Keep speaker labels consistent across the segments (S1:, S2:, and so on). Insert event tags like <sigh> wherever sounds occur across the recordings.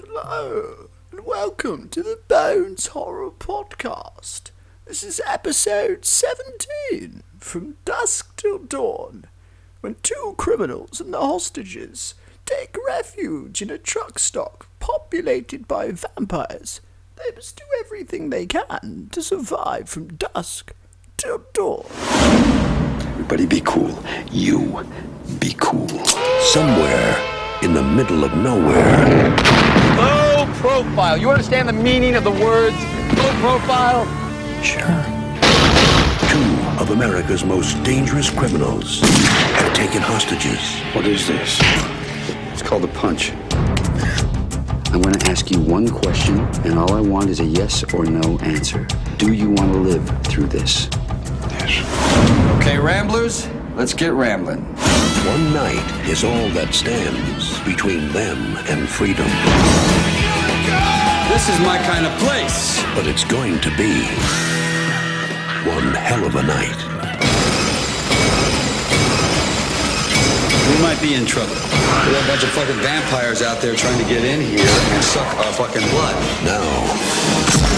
S1: Hello, and welcome to the Bones Horror Podcast. This is episode 17 From Dusk Till Dawn, when two criminals and the hostages take refuge in a truck stop populated by vampires. They must do everything they can to survive from dusk till dawn.
S2: Everybody be cool. You be cool. Somewhere in the middle of nowhere,
S3: Low profile. You understand the meaning of the words low profile?
S2: two of America's most dangerous criminals have taken hostages.
S4: What is this? It's called a punch.
S5: I'm going to ask you one question, and all I want is a yes or no answer. Do you want to live through this?
S4: Okay, Ramblers, let's get rambling.
S2: One night is all that stands between them and freedom.
S4: This is my kind of place.
S2: But it's going to be one hell of a night.
S4: We might be in trouble. There are a bunch of fucking vampires out there trying to get in here and suck our fucking blood.
S2: Now,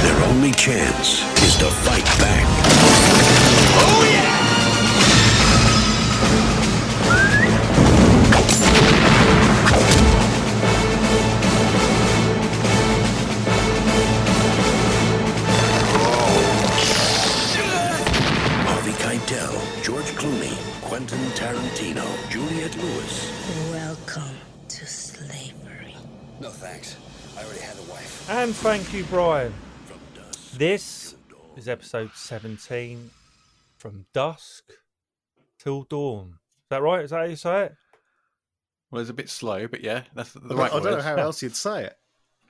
S2: their only chance is to fight back. Oh, Harvey Keitel, George Clooney, Quentin Tarantino, Juliette Lewis.
S6: Welcome to slavery.
S4: No thanks. I already had a wife.
S7: And thank you, Brian. This is episode 17 from dusk till dawn. Is that right? Is that how you say it?
S8: Well, it's a bit slow, but yeah, that's the
S9: I
S8: right
S9: don't- I don't know
S8: word.
S9: how else you'd say it.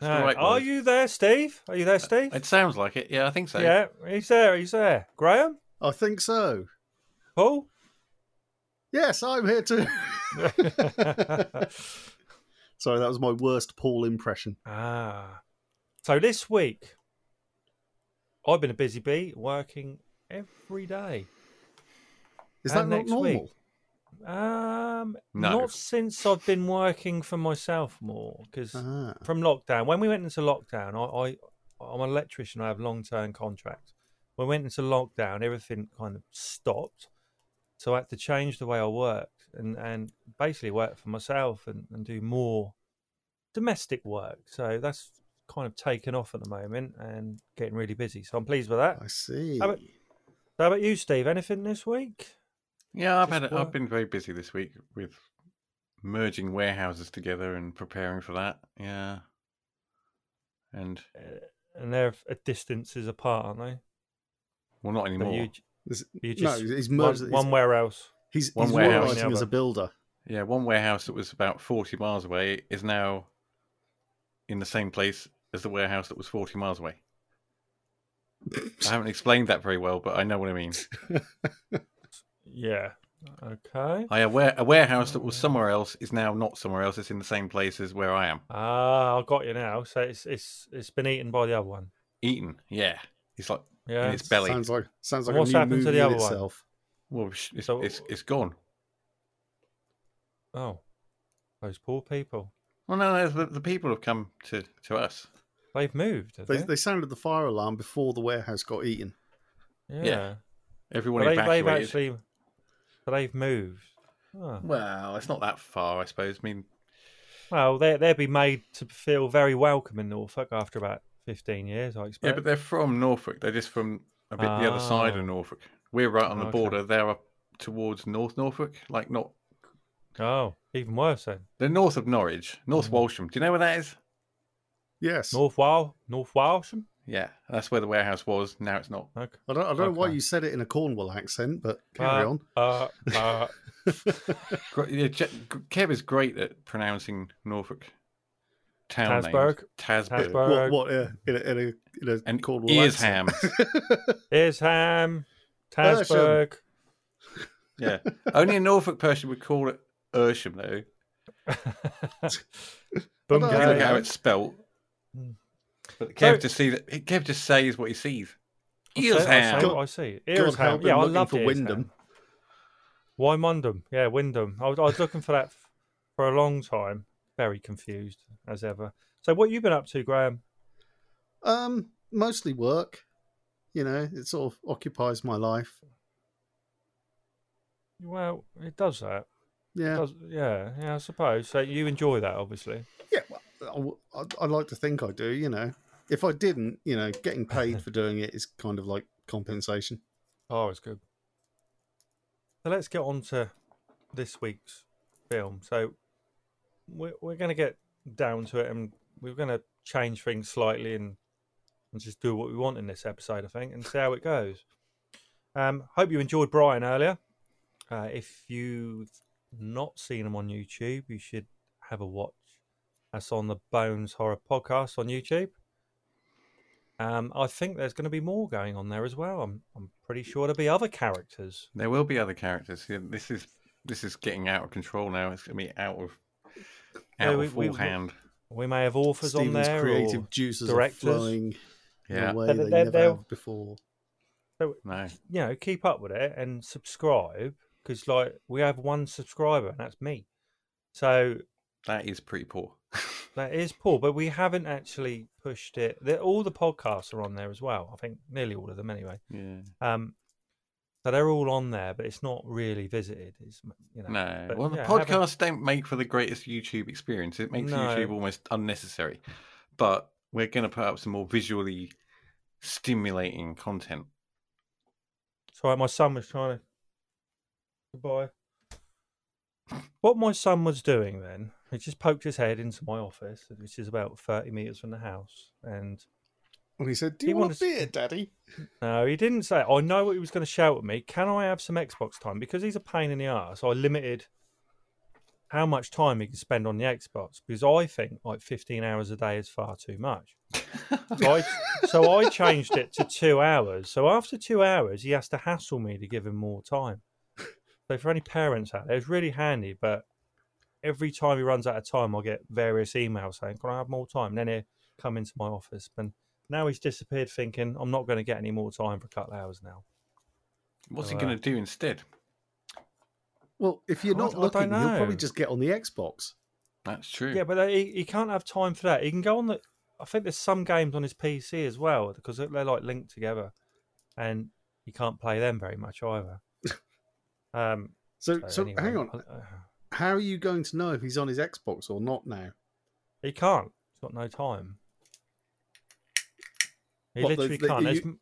S7: No.
S8: right
S7: Uh, Are
S8: word. Uh,
S7: you there, Steve? Are you there, <laughs> Steve?
S8: It sounds like it. Yeah, I think so.
S7: yeah, he's there. He's there. Graham?
S9: I think so.
S8: <laughs>
S7: Paul? <laughs>
S9: Yes, I'm here too. <laughs> Sorry, that was my worst Paul impression.
S7: Ah. So this week, I've been a busy bee working every day.
S9: Is
S7: And
S9: that not
S7: next
S9: normal?
S7: week. Um,
S8: No.
S7: not since I've been working for myself more because
S9: Ah.
S7: from lockdown. When we went into lockdown, I, I I'm an electrician. I have long term contract. When we went into lockdown, everything kind of stopped, so I had to change the way I worked and and basically work for myself and, and do more domestic work. So that's kind of taken off at the moment and getting really busy. So I'm pleased with that.
S9: I see.
S7: How about, how about you, Steve? Anything this week?
S8: yeah. I've had
S7: Just
S8: a, I've
S7: work.
S8: been very busy this week with merging warehouses together and preparing for that. Yeah, and
S7: And they're a distances apart, aren't they?
S8: well, not
S7: But
S8: anymore.
S7: you,
S9: Is-
S7: you
S9: no,
S7: just
S9: he's
S7: one,
S9: merged.
S7: one warehouse.
S9: he's he's,
S8: one
S9: he's
S8: way out.
S9: realising as a builder.
S8: Yeah, one warehouse that was about forty miles away is now in the same place as the warehouse that was forty miles away. I haven't explained that very well, but I know what I mean.
S7: Yeah. Okay.
S8: I a, ware- a warehouse that was somewhere else is now not somewhere else. It's in the same place as where I am.
S7: Ah, I got you now. So it's it's it's been eaten by the other one.
S8: Eaten. Yeah, it's like
S7: Yeah.
S8: in its belly.
S9: Sounds like sounds like
S7: What's
S9: a new
S7: happened to
S9: movie
S7: the
S9: in
S7: other one?
S9: itself.
S8: Well, sh- it's,
S7: So-
S8: it's it's gone.
S7: Oh, those poor people.
S8: Well, no, no, the, the people have come to, to us.
S7: They've moved. have
S9: They, they sounded the fire alarm before the warehouse got eaten.
S7: yeah.
S8: Everyone
S7: But they,
S8: evacuated.
S7: they've actually. But they've moved. Ah.
S8: Well, it's not that far, I suppose. I mean,
S7: Well, they they'd be made to feel very welcome in Norfolk after about fifteen years, I
S8: yeah,
S7: expect.
S8: but they're from Norfolk. They're just from a bit the other side
S7: Ah.
S8: of Norfolk. We're right on the
S7: Okay.
S8: border. They're up towards North Norfolk, like not.
S7: Oh, even worse then.
S8: They're north of Norwich, North
S7: Mm.
S8: Walsham. Do you know where that is?
S9: Yes.
S7: North Wales, North Walsham.
S8: Yeah, that's where the warehouse was. Now it's not.
S7: Okay.
S9: I don't, I don't know why
S7: Okay.
S9: you said it in a Cornwall accent, but carry
S7: Uh,
S9: on.
S7: Uh, uh,
S8: Gr- Yeah, Je- G- Kev is great at pronouncing Norfolk town
S7: Tasberg.
S8: names. Tasberg.
S7: Tasberg.
S9: What? What? Uh, in a in a, in a
S8: And
S9: Cornwall accent.
S8: Earsham. <laughs>
S7: here's Ham,
S9: Bersham.
S7: Tasberg.
S8: Yeah. Only a Norfolk person would call it Ersham, though.
S9: know.
S8: If you look
S7: Bungay.
S8: at how it's spelt.
S7: Hmm.
S8: But
S7: So-
S8: Kev just sees it. Kev just says what he sees.
S7: I say- I say
S8: Earsham.
S7: what I see.
S9: God help
S7: Earsham.
S9: him
S7: Yeah, I
S9: looking
S7: love
S9: for Wyndham.
S7: Why Mondham? Yeah, Wyndham. I was, I was looking for that f- for a long time. Very confused as ever. So what you been up to, Graham?
S9: Um, mostly work. You know, it sort of occupies my life.
S7: Well, it does that.
S9: Yeah,
S7: Does, yeah, yeah, I suppose. So you enjoy that, obviously.
S9: yeah. well, I w- I'd, I'd like to think I do. You know, if I didn't, you know, getting paid for doing it is kind of like compensation.
S7: Oh, it's good. So let's get on to this week's film. So we're, we're going to get down to it and we're going to change things slightly and, and just do what we want in this episode, I think, and see how it goes. Um, hope you enjoyed Brian earlier. Uh, if you've not seen him on YouTube, you should have a watch. That's on the Bones Horror Podcast on YouTube. Um, I think there's going to be more going on there as well. I'm, I'm pretty sure there'll be other characters.
S8: There will be other characters. Yeah, This is this is getting out of control now. It's gonna be out of
S7: Yeah,
S8: out
S7: we-
S8: of
S7: we- we-
S8: full hand.
S7: We may have authors
S9: Stephen's
S7: on there.
S9: creative
S7: or
S9: juices
S7: directors.
S9: are flowing in
S8: Yeah.
S9: a way
S7: They're-
S9: they
S7: they're-
S9: never
S7: they're-
S9: have before.
S8: No.
S7: You know, keep up with it and subscribe because, like, we have one subscriber and that's me. So
S8: That is pretty poor.
S7: that is poor, but we haven't actually pushed it. they all the podcasts are on there as well. I think nearly all of them, anyway.
S8: yeah.
S7: Um, so they're all on there, but it's not really visited. It's you know,
S8: No.
S7: but
S8: well, the
S7: yeah, have a-
S8: podcasts don't make for the greatest YouTube experience. It makes
S7: No.
S8: YouTube almost unnecessary. But we're going to put up some more visually stimulating content.
S7: Sorry, my son was trying to. Goodbye. What my son was doing then, he just poked his head into my office, which is about 30 metres from the house. And
S9: And he said, "Do
S7: He
S9: you want a
S7: wants-
S9: beer, Daddy?"
S7: no, he didn't say, I know what he was going to shout at me. Can I have some Xbox time? Because he's a pain in the arse. I limited how much time he could spend on the Xbox because I think like 15 hours a day is far too much. so, I, so I changed it to two hours. So after two hours, he has to hassle me to give him more time. So for any parents out there, it's really handy. But every time he runs out of time, I get various emails saying, "Can I have more time?" And then he come into my office, and now he's disappeared, thinking I'm not going to get any more time for a couple of hours now.
S8: What's
S7: Oh,
S8: he going to do instead?
S9: Well, if you're
S7: I- I
S9: not
S7: don't
S9: looking, you'll
S7: know.
S9: probably just get on the Xbox.
S8: That's
S9: Hmm.
S8: true.
S7: Yeah, but he, he can't have time for that. He can go on the. I think there's some games on his PC as well because they're they're, like linked together, and you can't play them very much
S9: <laughs>
S7: either. um.
S9: So, so
S7: anyway,
S9: hang on.
S7: uh,
S9: How are you going to know if he's on his Xbox or not now?
S7: He can't. He's got no time. He
S9: What, the-
S7: literally
S9: the-
S7: can't. There's
S9: you-
S7: m-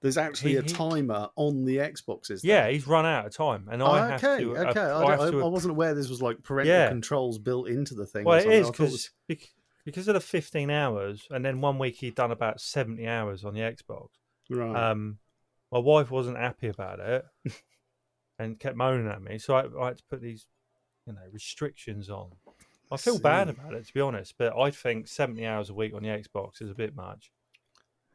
S9: There's actually a
S7: He- he-
S9: timer on the Xboxes. there.
S7: yeah, he's run out of time, and
S9: Oh,
S7: I have
S9: okay,
S7: to. uh,
S9: okay. I,
S7: I
S9: don't-
S7: have
S9: I-
S7: to
S9: I wasn't aware this was like parental
S7: Yeah.
S9: controls built into the thing. or
S7: Well, it
S9: something.
S7: is
S9: I thought it
S7: because because of the 15 hours, and then one week he'd done about 70 hours on the Xbox.
S9: was- right.
S7: Um, my wife wasn't happy about it <laughs> and kept moaning at me, so I, I had to put these, you know, restrictions on. I feel bad
S9: see.
S7: about it to be honest, but I think 70 hours a week on the Xbox is a bit much.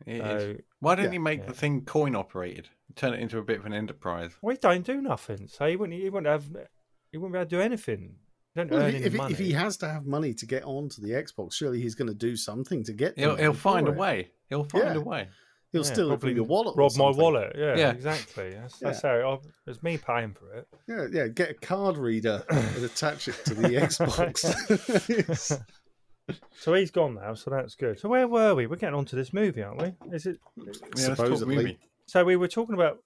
S8: It
S7: So
S8: is. Why don't
S9: yeah,
S8: you make
S7: uh, yeah.
S8: the thing coin operated? Turn it into a bit of an enterprise.
S7: Well, he don't do nothing, so he wouldn't. He wouldn't have. He wouldn't be able to do anything. He Don't
S9: Well,
S7: earn
S9: if, he,
S7: any
S9: if, he-
S7: money.
S9: if he has to have money to get onto the Xbox, surely he's going to do something to get. the
S8: He'll,
S9: money
S8: he'll find a
S9: for it.
S8: way. He'll find
S9: Yeah.
S8: a way.
S9: He'll
S7: Yeah,
S9: still
S7: probably
S9: probably your wallet. or
S7: rob my
S9: something.
S7: wallet. Yeah,
S8: Yeah.
S7: exactly. That's, that's how it, it's me paying for it.
S9: Yeah, yeah. Get a card
S7: <laughs>
S9: reader and attach it to the Xbox.
S8: <laughs>
S7: So he's gone now, so that's good. So where were we? We're getting onto this movie, aren't we? Is it?
S8: Yeah, let's talk
S9: Supposedly.
S8: movie.
S7: So we were talking about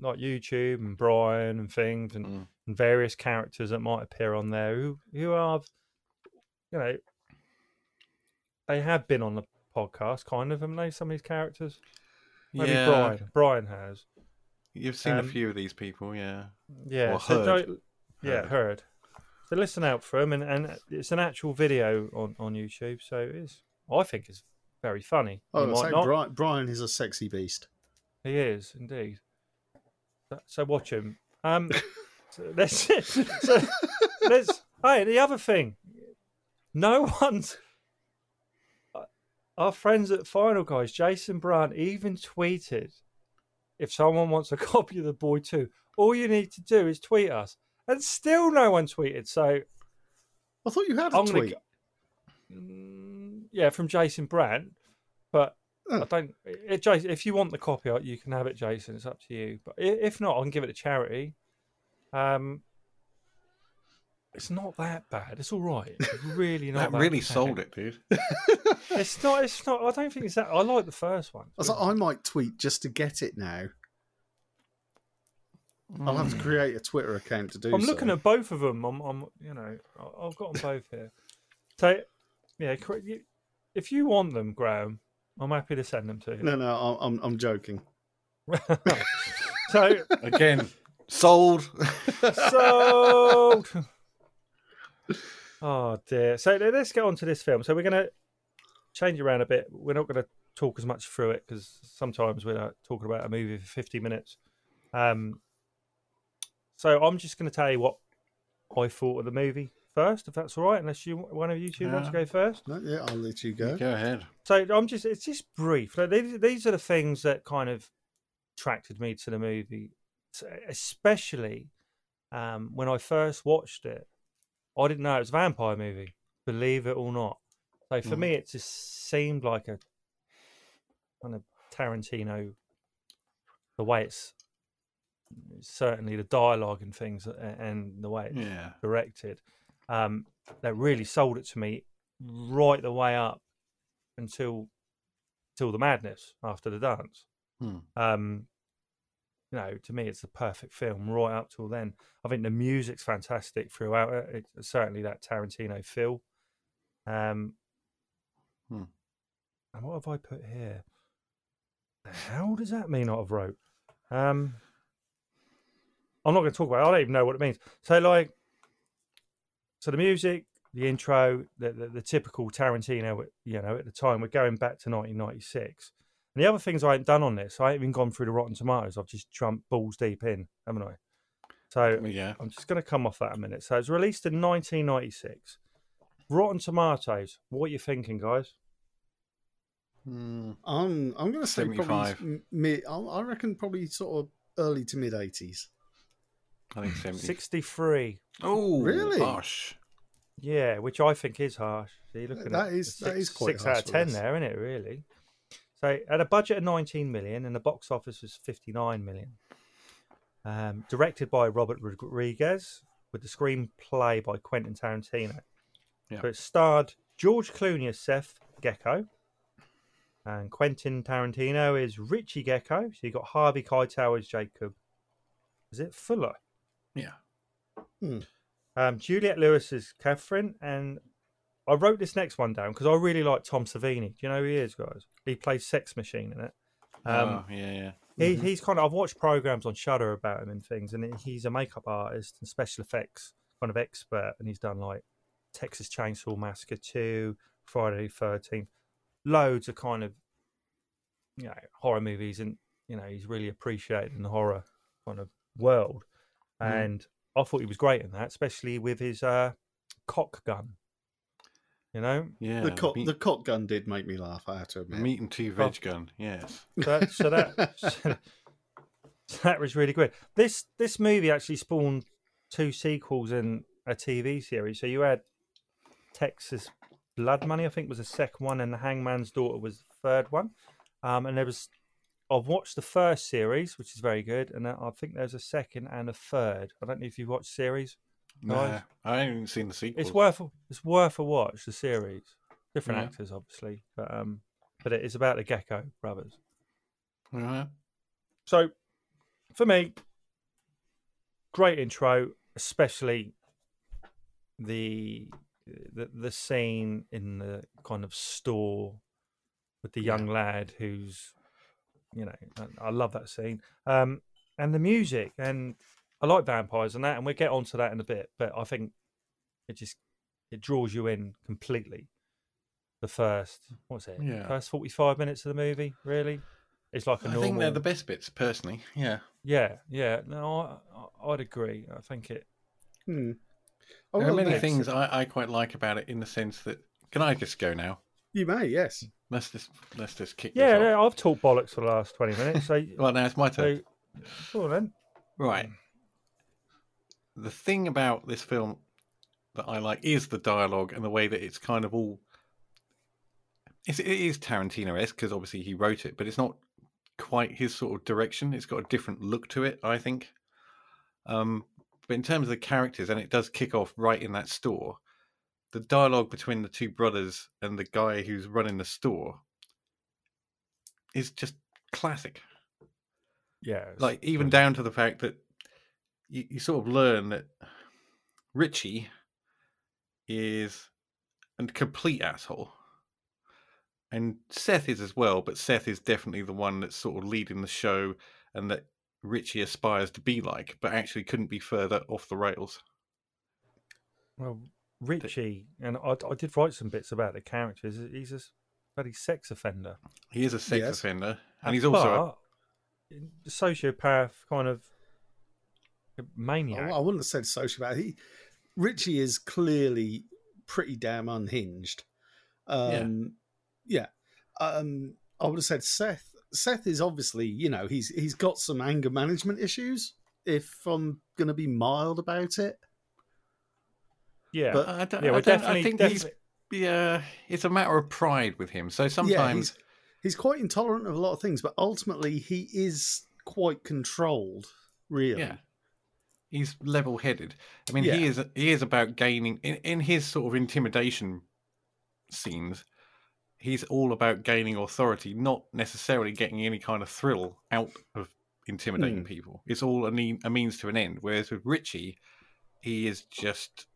S7: like YouTube and Brian and things and,
S8: Mm.
S7: and various characters that might appear on there who who are, you know, they have been on the podcast, kind of, haven't they? Some of these characters. Maybe
S8: yeah,
S7: Brian. Brian has.
S8: You've seen
S7: Um,
S8: a few of these people, yeah.
S7: Yeah,
S8: Or
S7: so
S8: heard.
S7: don't- yeah,
S8: Heard.
S7: heard. So listen out for them, and, and it's an actual video on, on YouTube, so it's I think it's very funny. You
S9: oh,
S7: might
S9: so
S7: not.
S9: Brian, Brian is a sexy beast.
S7: He is indeed. So, so watch him. Um, so let's so let's. Hey, the other thing, no one's. uh, Our friends at Final Guys, Jason Brandt, even tweeted, "If someone wants a <laughs> copy of the boy too, all you need to do is tweet us." And still, no one tweeted. So
S9: I thought you had a
S7: I'm gonna
S9: tweet.
S7: go- Mm, yeah, from Jason Brandt, but I
S9: Oh.
S7: don't. It, Jason, if you want the copy, uh, you can have it, Jason. It's up to you. But i- if not, I can give it to charity. Um, It's not that bad. It's all right.
S9: <laughs>
S7: It's really not.
S8: That
S7: that
S8: really
S7: bad.
S8: sold it, dude.
S7: It's not. It's not. I don't think it's that. I like the first one.
S9: I was like, I might tweet just to get it now. I'll have to create a Twitter account to do.
S7: Hmm. I'm looking
S9: so.
S7: at both of them. I'm, I'm you know, I- I've got them both here. So, yeah, cor- you- if you want them, Graham, I'm happy to send them to you.
S9: No, no, I- I'm I'm joking.
S7: <laughs> So,
S8: <laughs> Again, sold.
S7: sold. oh dear. So le- let's get on to this film. So we're going to change around a bit. We're not going to talk as much through it because sometimes we're not talking about a movie for 50 minutes. Um, so I'm just going to tell you what I thought of the movie first, if that's all right. Unless you one of you two wants to go first.
S9: No, yeah, I'll let you go.
S8: Go ahead.
S7: So I'm just it's just brief. Like these, these are the things that kind of attracted me to the movie, So, especially um, when I first watched it. I didn't know it was a vampire movie, believe it or not. So for me, it just seemed like a kind of Tarantino. The way it's certainly the dialogue and things, a- and the way it's
S8: Yeah.
S7: directed, um, that really sold it to me right the way up until till the madness after the dance.
S8: Hmm.
S7: Um, you know, to me, it's the perfect film right up till then. I think the music's fantastic throughout. It, it's certainly that Tarantino feel. Um,
S8: Hmm.
S7: And what have I put here? The hell does that mean? I've wrote. Um, I'm not going to talk about. it. I don't even know what it means. So, like, so the music, the intro, the, the, the typical Tarantino, you know, at the time, we're going back to 1996. And the other things I ain't done on this, I ain't even gone through the Rotten Tomatoes. I've just jumped balls deep in, haven't I? So
S8: Well, yeah.
S7: I'm just going to come off that a minute. So it's released in 1996. Rotten Tomatoes. What are you thinking, guys?
S9: I'm I'm going to say probably
S8: 75.
S9: m- mid. I I reckon probably sort of early to mid eighties.
S8: I think 70.
S7: 63.
S8: Oh,
S9: Really?
S8: Harsh.
S7: Yeah, which I think is harsh. So you're looking
S9: That
S7: at
S9: is-
S7: six,
S9: that is quite
S7: six
S9: harsh
S7: out of
S9: for
S7: ten
S9: this.
S7: there, isn't it? Really. So it had a budget of 19 million, and the box office was 59 million. Um, directed by Robert Rodriguez, with the screenplay by Quentin Tarantino.
S8: Yeah.
S7: So it starred George Clooney as Seth Gecko, and Quentin Tarantino is Richie Gecko. So you got Harvey Keitel as Jacob. Is it Fuller?
S8: Yeah.
S7: Um, Juliet Lewis is Catherine, and I wrote this next one down because I really like Tom Savini. Do you know who he is, guys? He plays Sex Machine in it. Um,
S8: oh, yeah, yeah.
S7: he, he's kind of I've watched programs on Shudder about him and things, and he's a makeup artist and special effects kind of expert, and he's done like Texas Chainsaw Massacre two, Friday Thirteenth, loads of kind of you know horror movies, and you know he's really appreciated in the horror kind of world, and I thought he was great in that, especially with his uh, cock gun. You know,
S8: Yeah.
S9: the cock
S8: meat,
S9: the cock gun did make me laugh. I have to admit.
S8: meat and two
S7: oh.
S8: veg gun. Yes.
S7: So that, so that so that was really good. This this movie actually spawned two sequels and a TV series. So you had Texas Blood Money, I think, was the second one, and The Hangman's Daughter was the third one. Um, and there was I've watched the first series, which is very good, and I I think there's a second and a third. I don't know if you've watched series.
S8: No,
S7: Nice.
S8: I haven't seen the sequel.
S7: It's worth a- it's worth a watch. The series, different
S8: Yeah.
S7: actors, obviously, but um, but it is about the Gecko brothers.
S8: Right.
S7: So, for me, great intro, especially the the, the scene in the kind of store with the young lad who's, you know, I- I love that scene. Um, and the music, and I like vampires and that, and we'll get onto that in a bit. But I think it just it draws you in completely. The first, what's it?
S8: Yeah.
S7: First forty-five minutes of the movie, really. It's like a
S8: I
S7: normal.
S8: think they're the best bits, personally. Yeah.
S7: Yeah, yeah. No, I, I, I'd agree. I think it.
S9: Hmm. I
S8: There are
S9: will
S8: many
S9: admit-
S8: things I, I quite like about it in the sense that. Can I just go now?
S9: You may, yes.
S8: Let's just let's just kick.
S7: Yeah,
S8: this off.
S7: yeah, I've talked bollocks for the last twenty minutes.
S8: <laughs>
S7: So,
S8: Well, now it's my turn.
S7: so go on then.
S8: Right. Um, The thing about this film that I like is the dialogue and the way that it's kind of all. It's, it is Tarantino esque because obviously he wrote it, but it's not quite his sort of direction. It's got a different look to it, I think. Um, But in terms of the characters, and it does kick off right in that store, the dialogue between the two brothers and the guy who's running the store is just classic.
S7: Yeah, it's-
S8: Like, even down to the fact that you, you sort of learn that Richie is a complete asshole. And Seth is as well, but Seth is definitely the one that's sort of leading the show and that Richie aspires to be like, but actually couldn't be further off the rails.
S7: Well, Richie, and I, I did write some bits about the characters. He's a s- bloody sex offender,
S8: He is a sex
S9: Yes.
S8: offender,
S7: Uh,
S8: and he's also
S7: a sociopath, kind of
S9: I,
S8: Oh,
S7: maniac.
S9: I wouldn't have said sociopath. He, Richie is clearly pretty damn unhinged. Um, yeah. Um, I would have said Seth. Seth is obviously, you know, he's he's got some anger management issues. If I'm going to be mild about it,
S7: yeah,
S8: a. I don't,
S7: yeah,
S8: I
S7: we're
S8: don't-
S7: definitely,
S8: I think
S7: definitely
S8: he's. Yeah, it's a matter of pride with him. So sometimes
S9: he's, he's quite intolerant of a lot of things, but ultimately he is quite controlled. Really,
S8: Yeah. He's level headed. I mean, he
S9: Yeah.
S8: is he is about gaining in, in his sort of intimidation scenes. He's all about gaining authority, not necessarily getting any kind of thrill out of intimidating
S9: Hmm.
S8: people. It's all a, mean, a means to an end. Whereas with Richie, he is just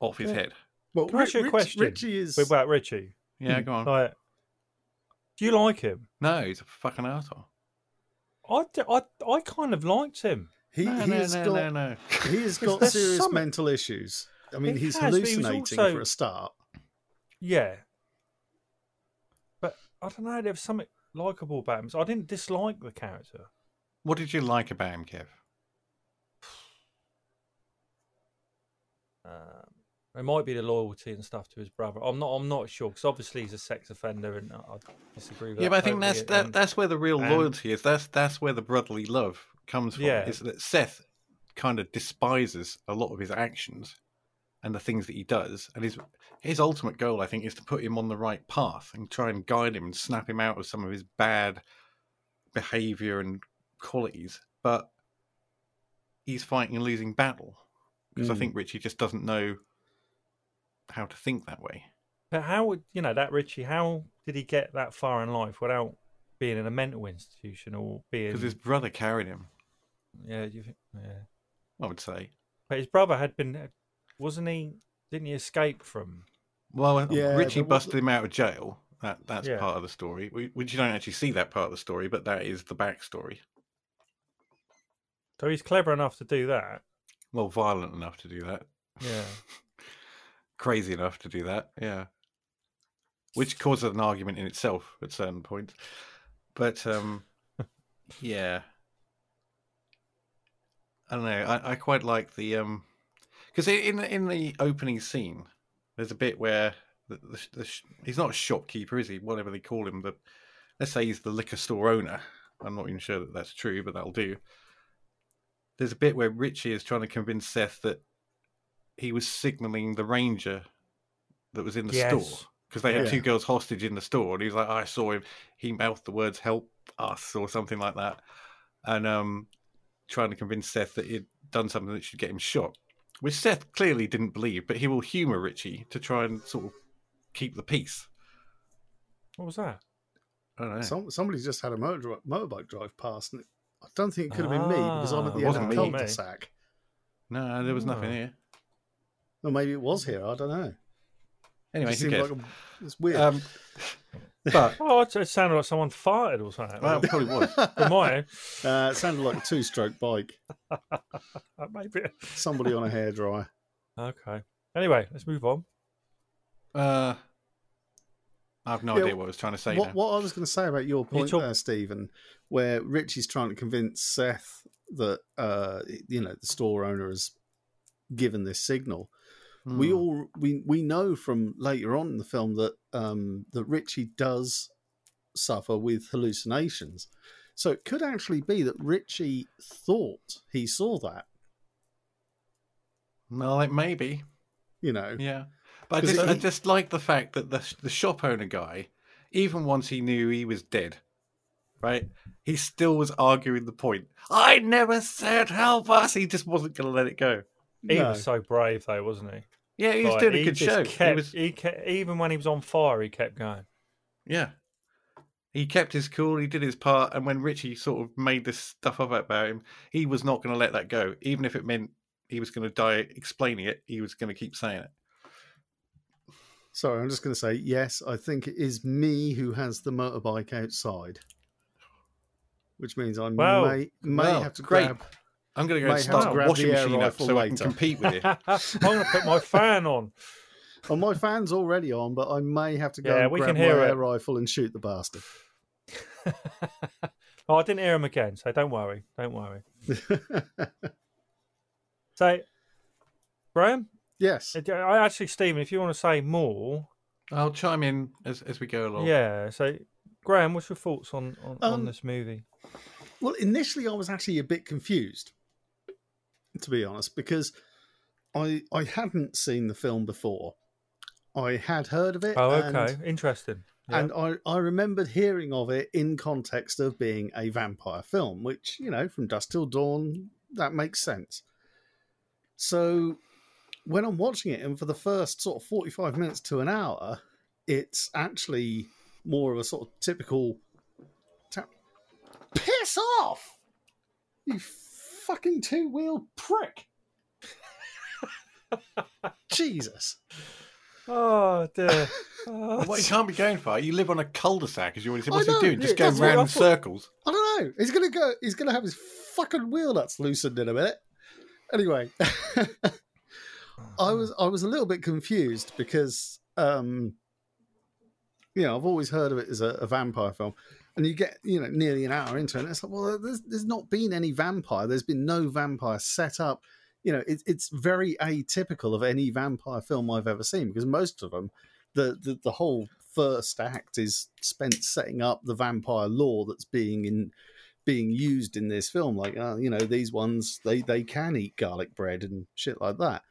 S8: off his head.
S9: Well,
S7: Can I ask you a
S9: Rich-
S7: question
S9: Richie is
S7: about Richie.
S8: Yeah,
S9: Hmm.
S8: go on.
S7: Like, do you like him?
S8: No, he's a fucking asshole.
S7: I, d- I, I kind of liked him.
S9: he,
S8: No,
S9: he
S8: no,
S9: has
S8: no,
S9: got
S8: no, no.
S9: he has got
S7: there's
S9: serious
S7: some-
S9: mental issues. I mean,
S7: He
S9: he's
S7: has, but he was
S9: hallucinating
S7: also-
S9: for a start.
S7: Yeah. But I don't know, there was something likable about him. So I didn't dislike the character.
S8: What did you like about him, Kev?
S7: Um, it might be the loyalty and stuff to his brother. I'm not. I'm not sure because obviously he's a sex offender, and I I disagree with.
S8: Yeah,
S7: that
S8: but I think
S7: totally,
S8: that's that,
S7: and-
S8: that's where the real
S7: and-
S8: loyalty is. That's that's where the brotherly love comes from.
S7: Yeah.
S8: Is that Seth kind of despises a lot of his actions and the things that he does, and his his ultimate goal, I think, is to put him on the right path and try and guide him and snap him out of some of his bad behavior and qualities. But he's fighting a losing battle because I
S7: Hmm.
S9: Mm.
S8: think Richie just doesn't know how to think that way.
S7: But how would you know that Richie? How did he get that far in life without being in a mental institution or being?
S8: Because his brother carried him,
S7: Yeah, you think, yeah.
S8: I would say.
S7: But his brother had been, wasn't he? Didn't he escape from?
S8: Well, uh,
S9: Yeah,
S8: Richie
S9: but what-
S8: busted him out of jail. That that's
S7: Yeah.
S8: part of the story. We, which you don't actually see that part of the story, but that is the backstory.
S7: So he's clever enough to do that.
S8: Well, violent enough to do that,
S7: Yeah.
S8: crazy enough to do that, yeah. Which causes an argument in itself at certain points, but um, yeah. I don't know. I, I quite like the um, because in the, in the opening scene, there's a bit where the, the, sh- the sh- he's not a shopkeeper, is he? Whatever they call him, the let's say he's the liquor store owner. I'm not even sure that that's true, but that'll do. There's a bit where Richie is trying to convince Seth that he was signaling the ranger that was in the store
S7: Yes.
S8: because they had
S9: Yeah.
S8: two girls hostage in the store, and he's like, "I saw him." He mouthed the words "help us" or something like that, and um, trying to convince Seth that he'd done something that should get him shot, which Seth clearly didn't believe, but he will humour Richie to try and sort of keep the peace.
S7: What was that?
S8: I don't know.
S9: Some, somebody just had a motor, motorbike drive past, and I don't think it could have been me because I'm at
S7: Ah,
S9: the end
S8: wasn't
S9: of
S8: me.
S9: the cul-de-sac.
S8: no, there was nothing
S7: Oh.
S8: here.
S9: Or maybe it was here. I don't know. It
S8: Anyway,
S9: just
S8: who
S9: seemed
S8: cares?
S9: like a, it's weird.
S8: um, but
S7: Oh, it it sounded like someone farted or something. <laughs>
S8: well, it probably was.
S7: From my
S9: <laughs> uh, it sounded like a two-stroke bike.
S7: Uh, maybe.
S9: Somebody on a hairdryer.
S7: Okay. Anyway, let's move on.
S8: Uh, I have no
S9: Yeah,
S8: idea what I was trying to say. now.
S9: What, what I was going to say about your point
S7: talk-
S9: there, Stephen, where Richie's trying to convince Seth that uh, you know the store owner has given this signal.
S8: Hmm.
S9: We all we we know from later on in the film that um, that Richie does suffer with hallucinations, so it could actually be that Richie thought he saw that.
S8: Hmm. Well, it may be.
S9: You know,
S8: Yeah, but I
S9: 'Cause
S8: just,
S9: it-
S8: I just like the fact that the the shop owner guy, even once he knew he was dead, right? He still was arguing the point. I never said help us. He just wasn't going to let it go.
S7: He
S9: No.
S7: was so brave though, wasn't he?
S8: Yeah, he was
S7: Like,
S8: doing a
S7: he
S8: good
S7: just
S8: show.
S7: Kept,
S8: He was,
S7: he kept, even when he was on fire, he kept going. <laughs>
S8: yeah. He kept his cool. He did his part. And when Richie sort of made this stuff up about him, he was not going to let that go, even if it meant he was going to die explaining it. He was going to keep saying it.
S9: Sorry, I'm just going to say yes. I think it is me who has the motorbike outside, which means I
S7: Wow.
S9: may may
S8: Wow,
S9: have to
S8: great.
S9: grab.
S8: I'm going to go and
S9: Might have to
S8: start a
S9: grab
S8: washing
S9: the air
S8: machine up
S9: rifle
S8: so I can
S9: later.
S8: compete with it.
S7: I'm gonna put my fan on. <laughs>
S9: Oh, my fan's already on, but I may have to go
S7: Yeah,
S9: and
S7: we
S9: grab
S7: can hear
S9: my
S7: it.
S9: air rifle and shoot the bastard. <laughs>
S7: oh, I didn't hear him again, so don't worry, don't worry. So, Graham, Uh,
S9: yes.
S7: I actually, Stephen, if you want to say more,
S8: I'll chime in as, as we go along.
S7: yeah. So, Graham, what's your thoughts on on,
S9: Um,
S7: on this movie?
S9: Well, initially I was actually a bit confused, to be honest, because I I hadn't seen the film before. I had heard of it.
S7: Oh,
S9: and-
S7: okay, interesting. Yeah.
S9: And I, I remembered hearing of it in context of being a vampire film, which, you know, from dusk till dawn, that makes sense. So when I'm watching it, and for the first sort of 45 minutes to an hour, it's actually more of a sort of typical ta- piss off, you fucking two wheel prick. Jesus.
S7: oh
S9: <laughs>
S7: dear. Oh,
S8: Well, you can't be going far. You live on a cul-de-sac, as you already said. What's
S9: I know,
S8: he doing? Just
S9: yeah,
S8: going
S9: that's what I
S8: round in
S9: thought.
S8: circles.
S9: I don't know. He's gonna go. He's gonna have his fucking wheel nuts loosened in a minute. Anyway, <laughs> I was I was a little bit confused because um, you know I've always heard of it as a, a vampire film, and you get you know nearly an hour into it, and it's like well there's there's not been any vampire. There's been no vampire set up. You know it, it's very atypical of any vampire film I've ever seen because most of them the, the the whole first act is spent setting up the vampire law that's being in being used in this film like uh, you know these ones they they can eat garlic bread and shit like that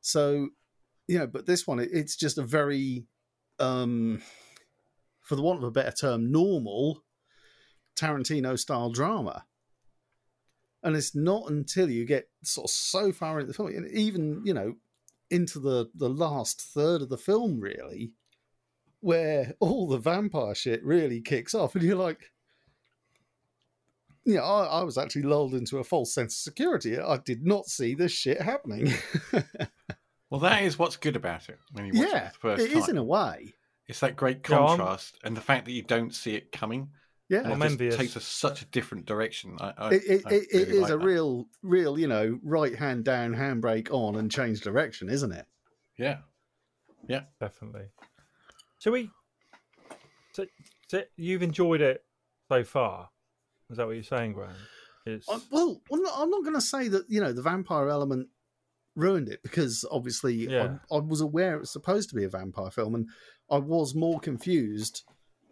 S9: so you know but this one it, it's just a very um for the want of a better term normal tarantino style drama and it's not until you get sort of so far into the film and even you know into the the last third of the film really where all the vampire shit really kicks off and you're like yeah I, I was actually lulled into a false sense of security i did not see this shit happening
S8: Well, that is what's good about it when you watch
S9: yeah
S8: it for the
S9: it
S8: first
S9: is
S8: time.
S9: in a way
S8: It's that great
S7: Yeah, I'm-
S8: contrast and the fact that you don't see it coming.
S9: yeah
S8: And
S7: I'm
S8: it just
S7: envious.
S8: takes us such a different direction. I, I,
S9: it, it,
S8: I
S9: it, it
S8: really
S9: is
S8: like that.
S9: a real real you know right hand down handbrake on and change direction isn't it
S8: Yeah.
S7: definitely. Shall we? So, so you've enjoyed it so far. Is that what you're saying, Graham? It's,
S9: I, well, I'm not, I'm not going to say that you know the vampire element ruined it because obviously
S7: Yeah.
S9: I, I was aware it was supposed to be a vampire film, and I was more confused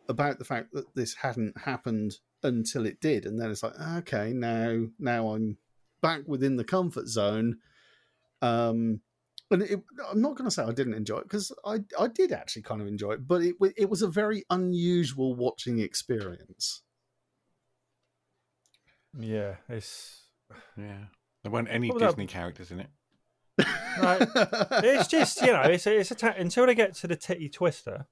S9: about the fact that this hadn't happened until it did, and then it's like, okay, now now I'm back within the comfort zone. Um, and it, I'm not going to say I didn't enjoy it because I I did actually kind of enjoy it, but it wa- it was a very unusual watching experience.
S7: yeah, it's
S8: Yeah. There weren't any
S7: What was that?
S8: Disney characters in it.
S7: no, it's just you know, it's a, it's a ta- until they get to the titty twister.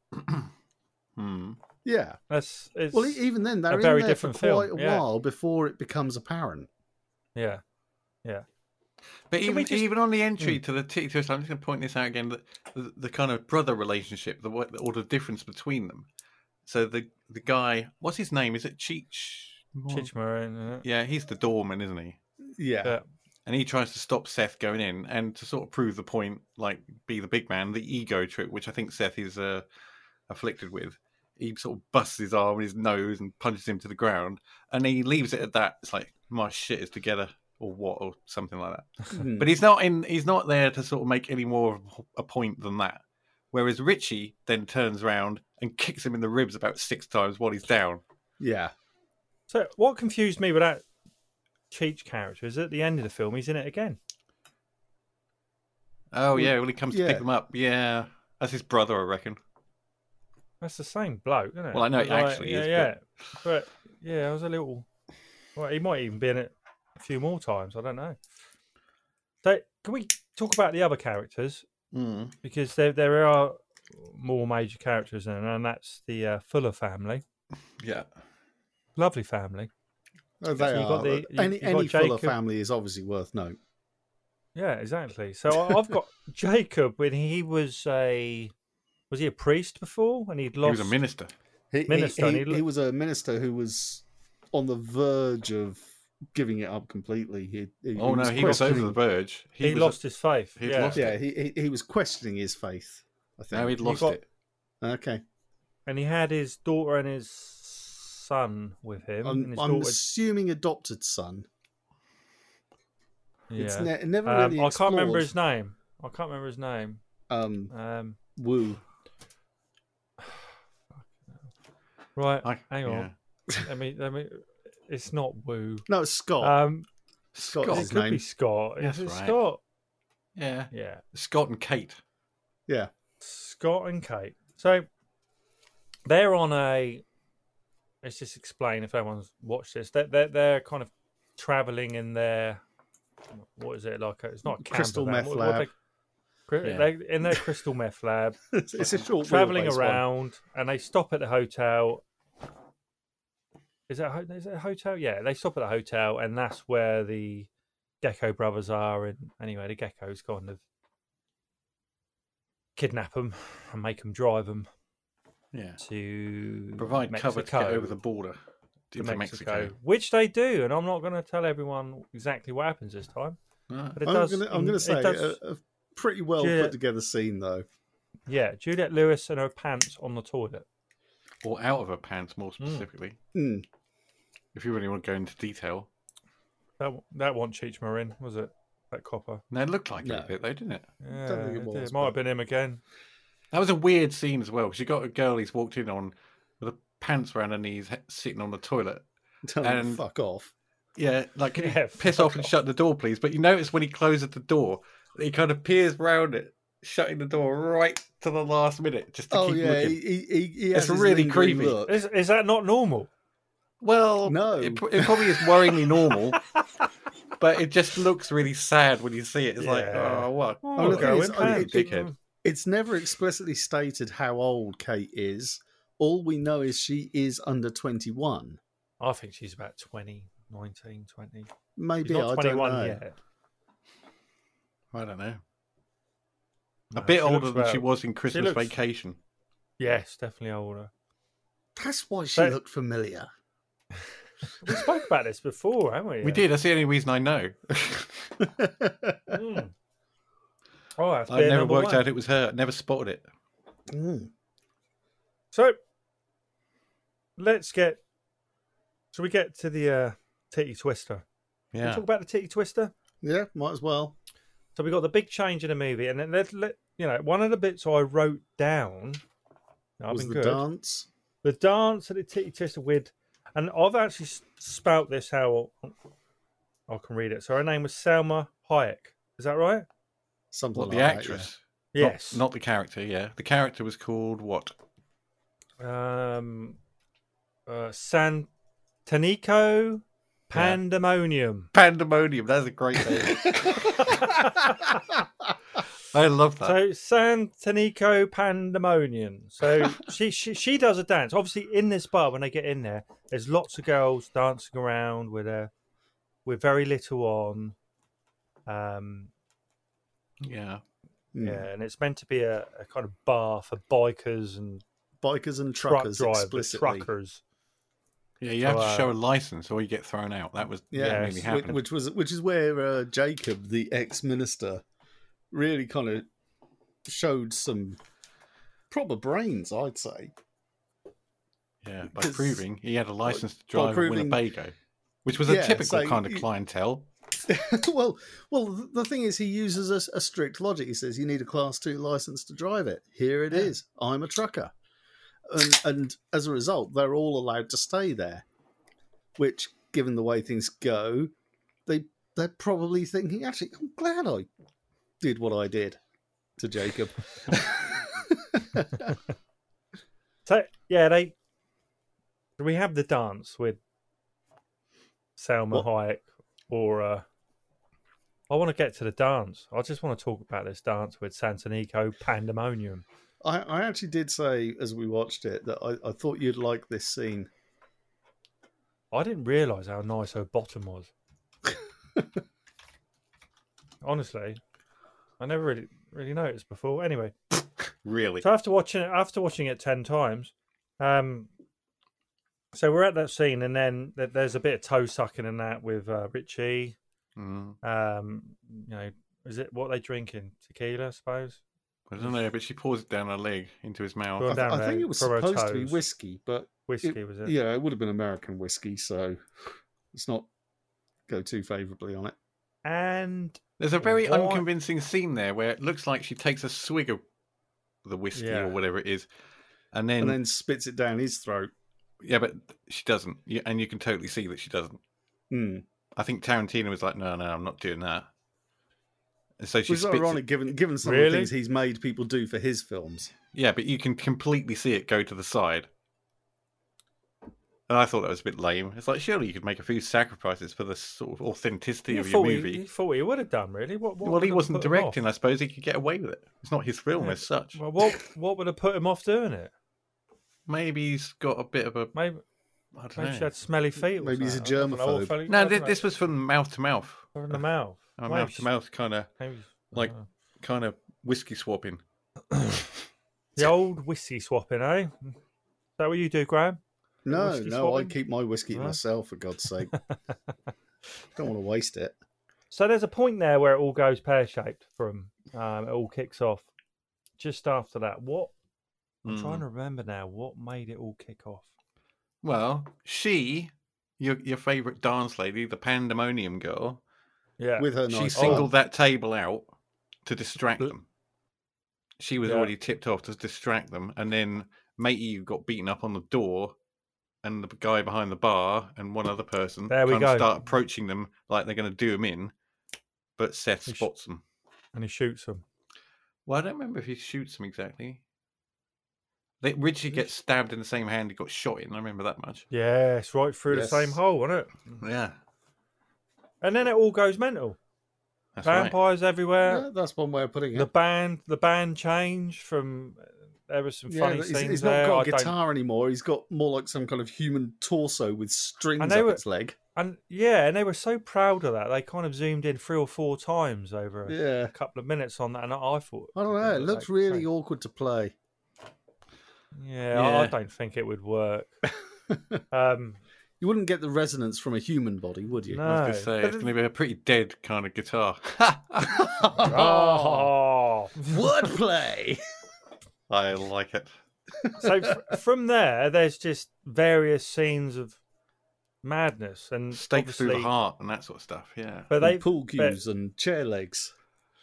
S8: Hmm.
S9: <laughs> yeah.
S7: That's it's
S9: Well, e- even then, they're
S7: a very
S9: in there
S7: different
S9: for quite
S7: film,
S9: a
S7: yeah.
S9: while before it becomes apparent.
S7: yeah. Can
S8: But
S7: we
S8: even
S7: just- Mm.
S8: even on the entry to the Titty Twist, I'm just going to point this out again: that the, the kind of brother relationship, the what- or the difference between them. So the the guy, what's his name? Is it Cheech? Moore?
S7: Cheech Marin, isn't it?
S8: Yeah, he's the doorman, isn't he?
S9: Yeah.
S7: Yeah.
S8: And he tries to stop Seth going in, and to sort of prove the point, like be the big man, the ego trip, which I think Seth is uh, afflicted with. He sort of busts his arm and his nose and punches him to the ground, and he leaves it at that. It's like my shit is together, or what, or something like that.
S9: <laughs> Hmm.
S8: But he's not in. He's not there to sort of make any more of a point than that. Whereas Richie then turns around and kicks him in the ribs about six times while he's down.
S9: <laughs> yeah.
S7: So what confused me with that Cheech character is at the end of the film he's in it again.
S8: Oh yeah, when he comes to
S9: yeah.
S8: pick them up, yeah, that's his brother, I reckon.
S7: That's the same bloke, isn't it?
S8: Well, I know it
S7: But, like,
S8: actually
S7: yeah,
S8: is,
S7: Yeah, but Yeah, I was a little. Well, he might even be in it a few more times. I don't know. So, can we talk about the other characters
S8: Mm.
S7: because there there are more major characters, in it, and that's the uh, Fuller family,
S8: Yeah.
S7: lovely family.
S9: Oh, they
S7: So you've
S9: are.
S7: got the- you-
S9: any
S7: you've got
S9: any Fuller
S7: Jacob-
S9: family is obviously worth note.
S7: Yeah, exactly. So I- I've
S8: <laughs>
S7: got Jacob when he was a was he a priest before, and he'd
S8: He
S7: lost
S8: was a minister.
S9: He, he-
S7: Minister,
S9: he-
S7: and he-
S9: he was a minister who was on the verge of giving it up completely. He, he,
S8: Oh no, he was over
S9: questioning-
S8: the verge.
S7: he,
S8: was
S7: lost his faith.
S8: he'd
S7: yeah.
S8: lost
S9: Yeah, he, he he was questioning his faith. I think.
S8: No, he'd lost
S7: got-
S8: it.
S9: okay,
S7: and he had his daughter and his son with him. and
S9: I'm,
S7: his
S9: I'm
S7: daughter,
S9: assuming adopted son. It's
S7: yeah.
S9: ne- never
S7: Um,
S9: really.
S7: I can't remember
S9: explored.
S7: his name. I can't remember his name.
S9: Um,
S7: Um,
S9: Woo.
S7: right,
S8: I-
S7: hang
S8: yeah.
S7: on. I mean, I mean, it's not Woo.
S9: No, it's Scott.
S7: Um,
S9: Scott's
S8: Scott.
S7: it
S9: his
S7: could be
S9: name.
S7: Scott.
S8: That's
S7: Is it
S8: right.
S7: Scott?
S8: Yeah.
S7: Yeah,
S8: Scott and Kate.
S9: Yeah, <laughs>
S7: Scott and Kate. So they're on a. Let's just explain if anyone's watched this. They're they're, they're kind of traveling in their. What is it like? A, it's not a camper
S9: Crystal
S7: van.
S9: meth
S7: What- what
S9: lab.
S7: they- cri-
S8: Yeah.
S7: they- in their crystal meth lab.
S9: it's, it's a short
S7: traveling
S9: wheelbase one.
S7: around and they stop at the hotel. Is that, a ho- is that a hotel? Yeah, they stop at the hotel and that's where the Gecko brothers are. And anyway, the geckos kind of kidnap them and make them drive them
S8: Yeah.
S7: to
S8: Provide cover to
S7: Mexico,
S8: get over the border
S7: to
S8: into
S7: Mexico,
S8: Mexico.
S7: which they do. And I'm not going to tell everyone exactly what happens this time,
S8: Ah.
S7: but it
S9: I'm
S7: does.
S9: gonna, I'm
S7: in-
S9: gonna
S7: it
S9: say
S7: does-
S8: uh,
S9: a, a pretty well
S7: Yeah.
S9: put together scene though.
S7: yeah, Juliet Lewis and her pants on the toilet.
S8: Or out of her pants, more
S7: Hmm.
S8: specifically.
S9: Mm.
S8: If you really want to go into detail.
S7: That that one Cheech Marin was it? That copper.
S8: No, it looked like it
S9: No.
S8: a bit though, didn't it?
S7: Yeah,
S9: Don't think it
S7: it
S9: was,
S7: did. might have been him again.
S8: That was a weird scene as well, because you got a girl he's walked in on with her pants around her knees he- sitting on the toilet.
S9: Tell him to
S8: And-
S9: fuck off.
S8: Yeah, like can you
S7: <laughs> Yeah,
S8: piss off and shut the door, please. But you notice when he closes the door, that he kind of peers round it, shutting the door right to the last minute, just to
S9: Oh
S8: keep
S9: yeah,
S8: looking.
S9: he, he, he, he
S8: It's
S9: has his
S8: really
S9: lingering
S8: creepy.
S9: Look.
S7: Is, is that not normal?
S8: Well,
S9: No.
S8: it, pr- it probably is worryingly normal,
S7: <laughs>
S8: but it just looks really sad when you see it. It's like,
S7: Yeah.
S8: oh, what?
S9: Oh,
S7: look
S9: the
S7: how
S9: thing is,
S7: it
S9: I-
S7: pans.
S9: it-
S8: dickhead.
S9: It's never explicitly stated how old Kate is. All we know is she is under 21.
S7: I think she's about 20, 19, 20. She's
S9: Maybe
S7: not
S9: I don't
S7: 21
S9: know.
S7: yet.
S8: I don't know.
S7: No,
S8: a bit
S7: she
S8: older
S7: looks
S8: than she
S7: about-
S8: was in Christmas
S7: looks-
S8: Vacation.
S7: Yes, definitely older.
S9: That's why she
S7: But-
S9: looked familiar.
S7: We spoke about this before, haven't we?
S8: We did. That's the only reason I know.
S7: Mm. Oh, that's
S8: I
S7: bit
S8: never
S7: number
S8: worked
S7: one.
S8: out it was her. Never spotted it.
S9: Mm.
S7: So let's get. So we get to the uh, titty twister. Can we
S8: Yeah.
S7: talk about the titty twister?
S9: Yeah, might as well.
S7: So we got the big change in the movie, and then let, let you know one of the bits I wrote down. I've
S9: was
S7: been
S9: the
S7: good.
S9: dance?
S7: the dance at the titty twister with and i've actually s- spelt this how i can read it so her name was selma hayek is that right
S9: Something
S8: What,
S9: like
S8: the
S9: that, yeah.
S8: actress? Not-
S7: yes
S8: Not, the character, yeah. The character was called what?
S7: um uh santanico
S8: <laughs>
S7: pandemonium
S8: Pandemonium. That's a great
S7: <laughs>
S8: name. I love that.
S7: so santanico pandemonium so she, she she does a dance obviously in this bar when they get in there there's lots of girls dancing around with a with very little on um
S8: yeah.
S9: Mm.
S7: Yeah, and it's meant to be a, a kind of bar for bikers and
S9: Bikers and
S7: truck
S9: truckers
S7: drivers,
S9: explicitly.
S7: truckers.
S8: Yeah, you have
S7: So,
S8: to
S7: uh,
S8: show a license or you get thrown out. That was yeah,
S9: Yeah,
S8: that
S7: Yes.
S8: really
S9: which,
S8: happened.
S9: which was which is where uh, Jacob, the ex-minister, really kind of showed some proper brains, I'd say. <laughs>
S8: yeah, by
S9: 'cause-
S8: proving he had a license to
S9: by
S8: drive a
S9: proving-
S8: Winnebago, which was a
S9: Yeah,
S8: typical
S9: so
S8: kind of
S9: you-
S8: clientele.
S9: well, well, th- the thing is, he uses a, s- a strict logic. He says you need a class two license to drive it. Here it is. I'm a trucker, and and as a result, they're all allowed to stay there. Which, given the way things go, they they're probably thinking, actually, I'm glad I did what I did to Jacob.
S7: So yeah, they we have the dance with Selma
S9: What-
S7: Hayek or uh, I want to get to the dance. I just want to talk about this dance with Santanico Pandemonium.
S9: I, I actually did say as we watched it that I, I thought you'd like this scene.
S7: I didn't realise how nice her bottom
S9: <laughs>
S7: was. Honestly, I never really really noticed before. Anyway,
S8: Really?
S7: So after watching it, after watching it ten times, um, so we're at that scene, and then th- there's a bit of toe sucking in that with uh, Richie.
S8: Mm.
S7: Um, you know, is it what they drinking? Tequila, I suppose.
S8: I don't know, but she pours it down her leg into his mouth.
S7: Go
S9: I,
S7: on down
S9: I
S7: there,
S9: think it was
S7: for her
S9: supposed to be
S7: toes.
S9: whiskey, but
S7: Whiskey was it?
S9: yeah, it would have been American whiskey, so let's not go too favourably on it.
S7: And
S8: There's a very
S7: Why-
S8: unconvincing scene there where it looks like she takes a swig of the whiskey
S7: Yeah.
S8: or whatever it is, and then,
S9: And then spits it down his throat.
S8: yeah, but she doesn't, Yeah, and you can totally see that she doesn't.
S9: Mm.
S8: I think Tarantino was like, "No, no, I'm not doing that." And so she
S9: Which is
S8: spits it-
S9: ironic, given given some of the
S7: Really?
S9: things he's made people do for his films.
S8: Yeah, but you can completely see it go to the side. And I thought that was a bit lame. It's like surely you could make a few sacrifices for the sort of authenticity
S7: you
S8: of your
S7: thought he-
S8: movie.
S7: you thought he would have done really? What? what
S8: well,
S7: would
S8: he
S7: have
S8: wasn't
S7: put him off?
S8: directing. I suppose he could get away with it. It's not his film
S7: Yeah.
S8: as such.
S7: Well, what what would have put him off doing it?
S8: Maybe he's got a bit of a.
S7: Maybe
S8: I don't
S7: maybe
S8: know.
S7: she had smelly feet. Or
S9: Maybe he's a
S7: something. I don't know,
S9: germaphobe.
S7: or fell- I
S8: No,
S7: don't
S8: th-
S7: know,
S8: this was from mouth to mouth.
S7: or in the
S8: <laughs>
S7: mouth.
S8: Uh,
S7: Maybe
S8: Mouth to
S7: she-
S8: mouth kind of
S7: maybe-
S8: like
S7: uh,
S8: kind of whiskey swapping.
S7: the old whiskey swapping, eh? Is that what you do, Graham?
S9: No,
S7: whiskey
S9: no, I
S7: swabbing?
S9: keep my whiskey to
S7: No.
S9: myself for God's
S7: <laughs>
S9: sake. Don't want to waste it.
S7: So there's a point there where it all goes pear shaped from um, it all kicks off. Just after that, what I'm
S8: Mm.
S7: trying to remember now, what made it all kick off?
S8: Well, she, your your favorite dance lady, the pandemonium girl,
S7: Yeah,
S9: With her
S8: she
S9: nice
S8: singled
S9: arm.
S8: that table out to distract
S7: Bl-
S8: them. She was
S7: Yeah.
S8: already tipped off to distract them, and then matey got beaten up on the door, and the guy behind the bar and one other person
S7: There we
S8: kind of
S7: go.
S8: start approaching them like they're going to do them in, but Seth
S7: They sh-
S8: spots them.
S7: and he shoots him.
S8: Well, I don't remember if he shoots them exactly. They, Richie gets stabbed in the same hand he got shot in. I remember that much.
S7: Yes, right through the same
S9: Yes.
S7: hole, wasn't it?
S8: Yeah,
S7: And then it all goes mental.
S8: that's right.
S7: Vampires everywhere.
S9: Yeah, that's one way of putting it.
S7: The band, the band change from there was some funny
S9: he's,
S7: scenes
S9: he's not
S7: there.
S9: got
S7: I
S9: a
S7: don't-
S9: guitar anymore. He's got more like some kind of human torso with strings
S7: And
S9: up
S7: they were-
S9: its leg.
S7: and yeah, and they were so proud of that. They kind of zoomed in three or four times over a,
S9: Yeah.
S7: a couple of minutes on that, and I, I thought
S9: I don't know. It
S7: looked
S9: looks
S7: like-
S9: really awkward to play.
S7: Yeah, I- I
S8: Yeah.
S7: don't think it would
S9: <laughs>
S7: work. um,
S9: You wouldn't get the resonance from a human body, would you?
S8: I
S7: no. <laughs>
S8: was going to say, it's going to be a pretty dead kind of guitar. <laughs>
S7: Oh.
S9: Wordplay.
S8: I like it.
S7: so f- from there, there's just various scenes of madness and
S8: Stake through the
S7: obviously-
S8: heart and that sort of stuff. Yeah.
S7: But they
S9: And pool
S7: but-
S9: cues and chair legs.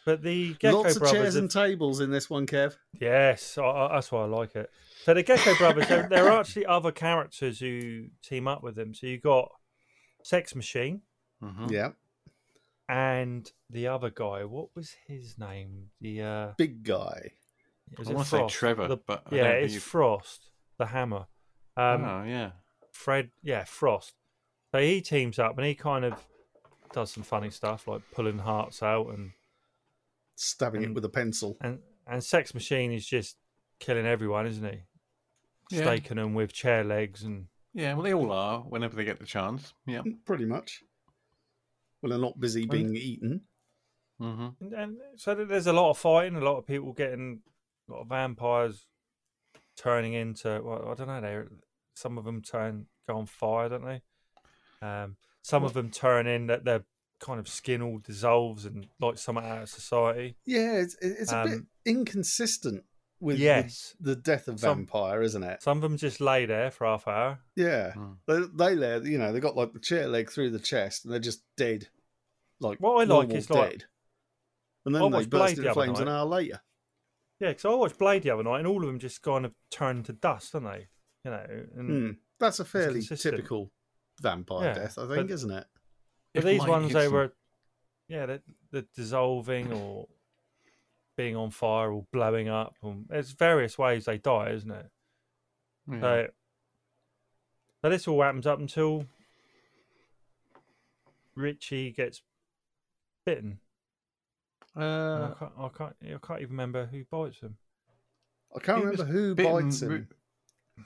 S7: but the Gecko
S9: Lots of
S7: brothers.
S9: chairs
S7: have-
S9: and tables in this one, Kev.
S7: <laughs> Yes, I, I, that's why I like it. So the Gecko Brothers, there, there are actually other characters who team up with them. So you got Sex Machine
S8: Mhm.
S9: Yeah.
S7: and the other guy. What was his name? The uh,
S9: Big guy.
S7: was
S8: I
S7: it
S8: wanna say
S7: Frost?
S8: Trevor,
S7: The-
S8: but I
S7: yeah,
S8: don't think
S7: it's
S8: you-
S7: Frost, the Hammer. Um,
S8: oh, yeah.
S7: Fred, yeah, Frost. So he teams up and he kind of does some funny stuff like pulling hearts out and
S9: Stabbing it
S7: And-
S9: with a pencil.
S7: and and Sex Machine is just killing everyone, isn't he?
S8: Yeah.
S7: Staking them with chair legs and
S8: Yeah, well, they all are whenever they get the chance. Yeah.
S9: Mm, Pretty much. Well, they're not busy being eaten.
S8: hmm
S7: and, and so th- there's a lot of fighting, a lot of people getting, a lot of vampires turning into. Well, I don't know. They some of them turn go on fire, don't they? Um, some of them turn in that their kind of skin all dissolves and like someone out of society.
S9: Yeah, it's, it's a bit
S7: Um,
S9: inconsistent with the-
S7: yes.
S9: the, death of
S7: Some-
S9: vampire, isn't it?
S7: Some of them just lay there for half an hour.
S9: Yeah,
S7: Hmm.
S8: Mm.
S9: they they lay, you know, they got like the chair leg through the chest, and they're just dead. Like
S7: What I like
S9: normal
S7: is, like-
S9: dead. and
S7: I
S9: then they
S7: watched Blade
S9: burst
S7: the
S9: into
S7: other
S9: flames an
S7: night.
S9: hour later.
S7: Yeah, because I watched Blade the other night, and all of them just kind of turn to dust, don't they? You know, and
S9: Hmm. That's a fairly
S7: consistent.
S9: typical vampire
S7: Yeah,
S9: death, I
S7: but-
S9: think, isn't it?
S7: But
S8: If
S7: these
S8: Mike
S7: ones, they
S8: Gibson-
S7: were, yeah, the, the dissolving or being on fire or blowing up. Or, there's various ways they die, isn't it?
S8: Yeah.
S7: Hmm. So, so this all happens up until Richie gets bitten. And
S8: Uh,
S7: I, can't, I can't. I can't even remember who bites him.
S9: I can't
S8: He was
S9: remember who
S8: bitten
S9: bites him.
S8: re-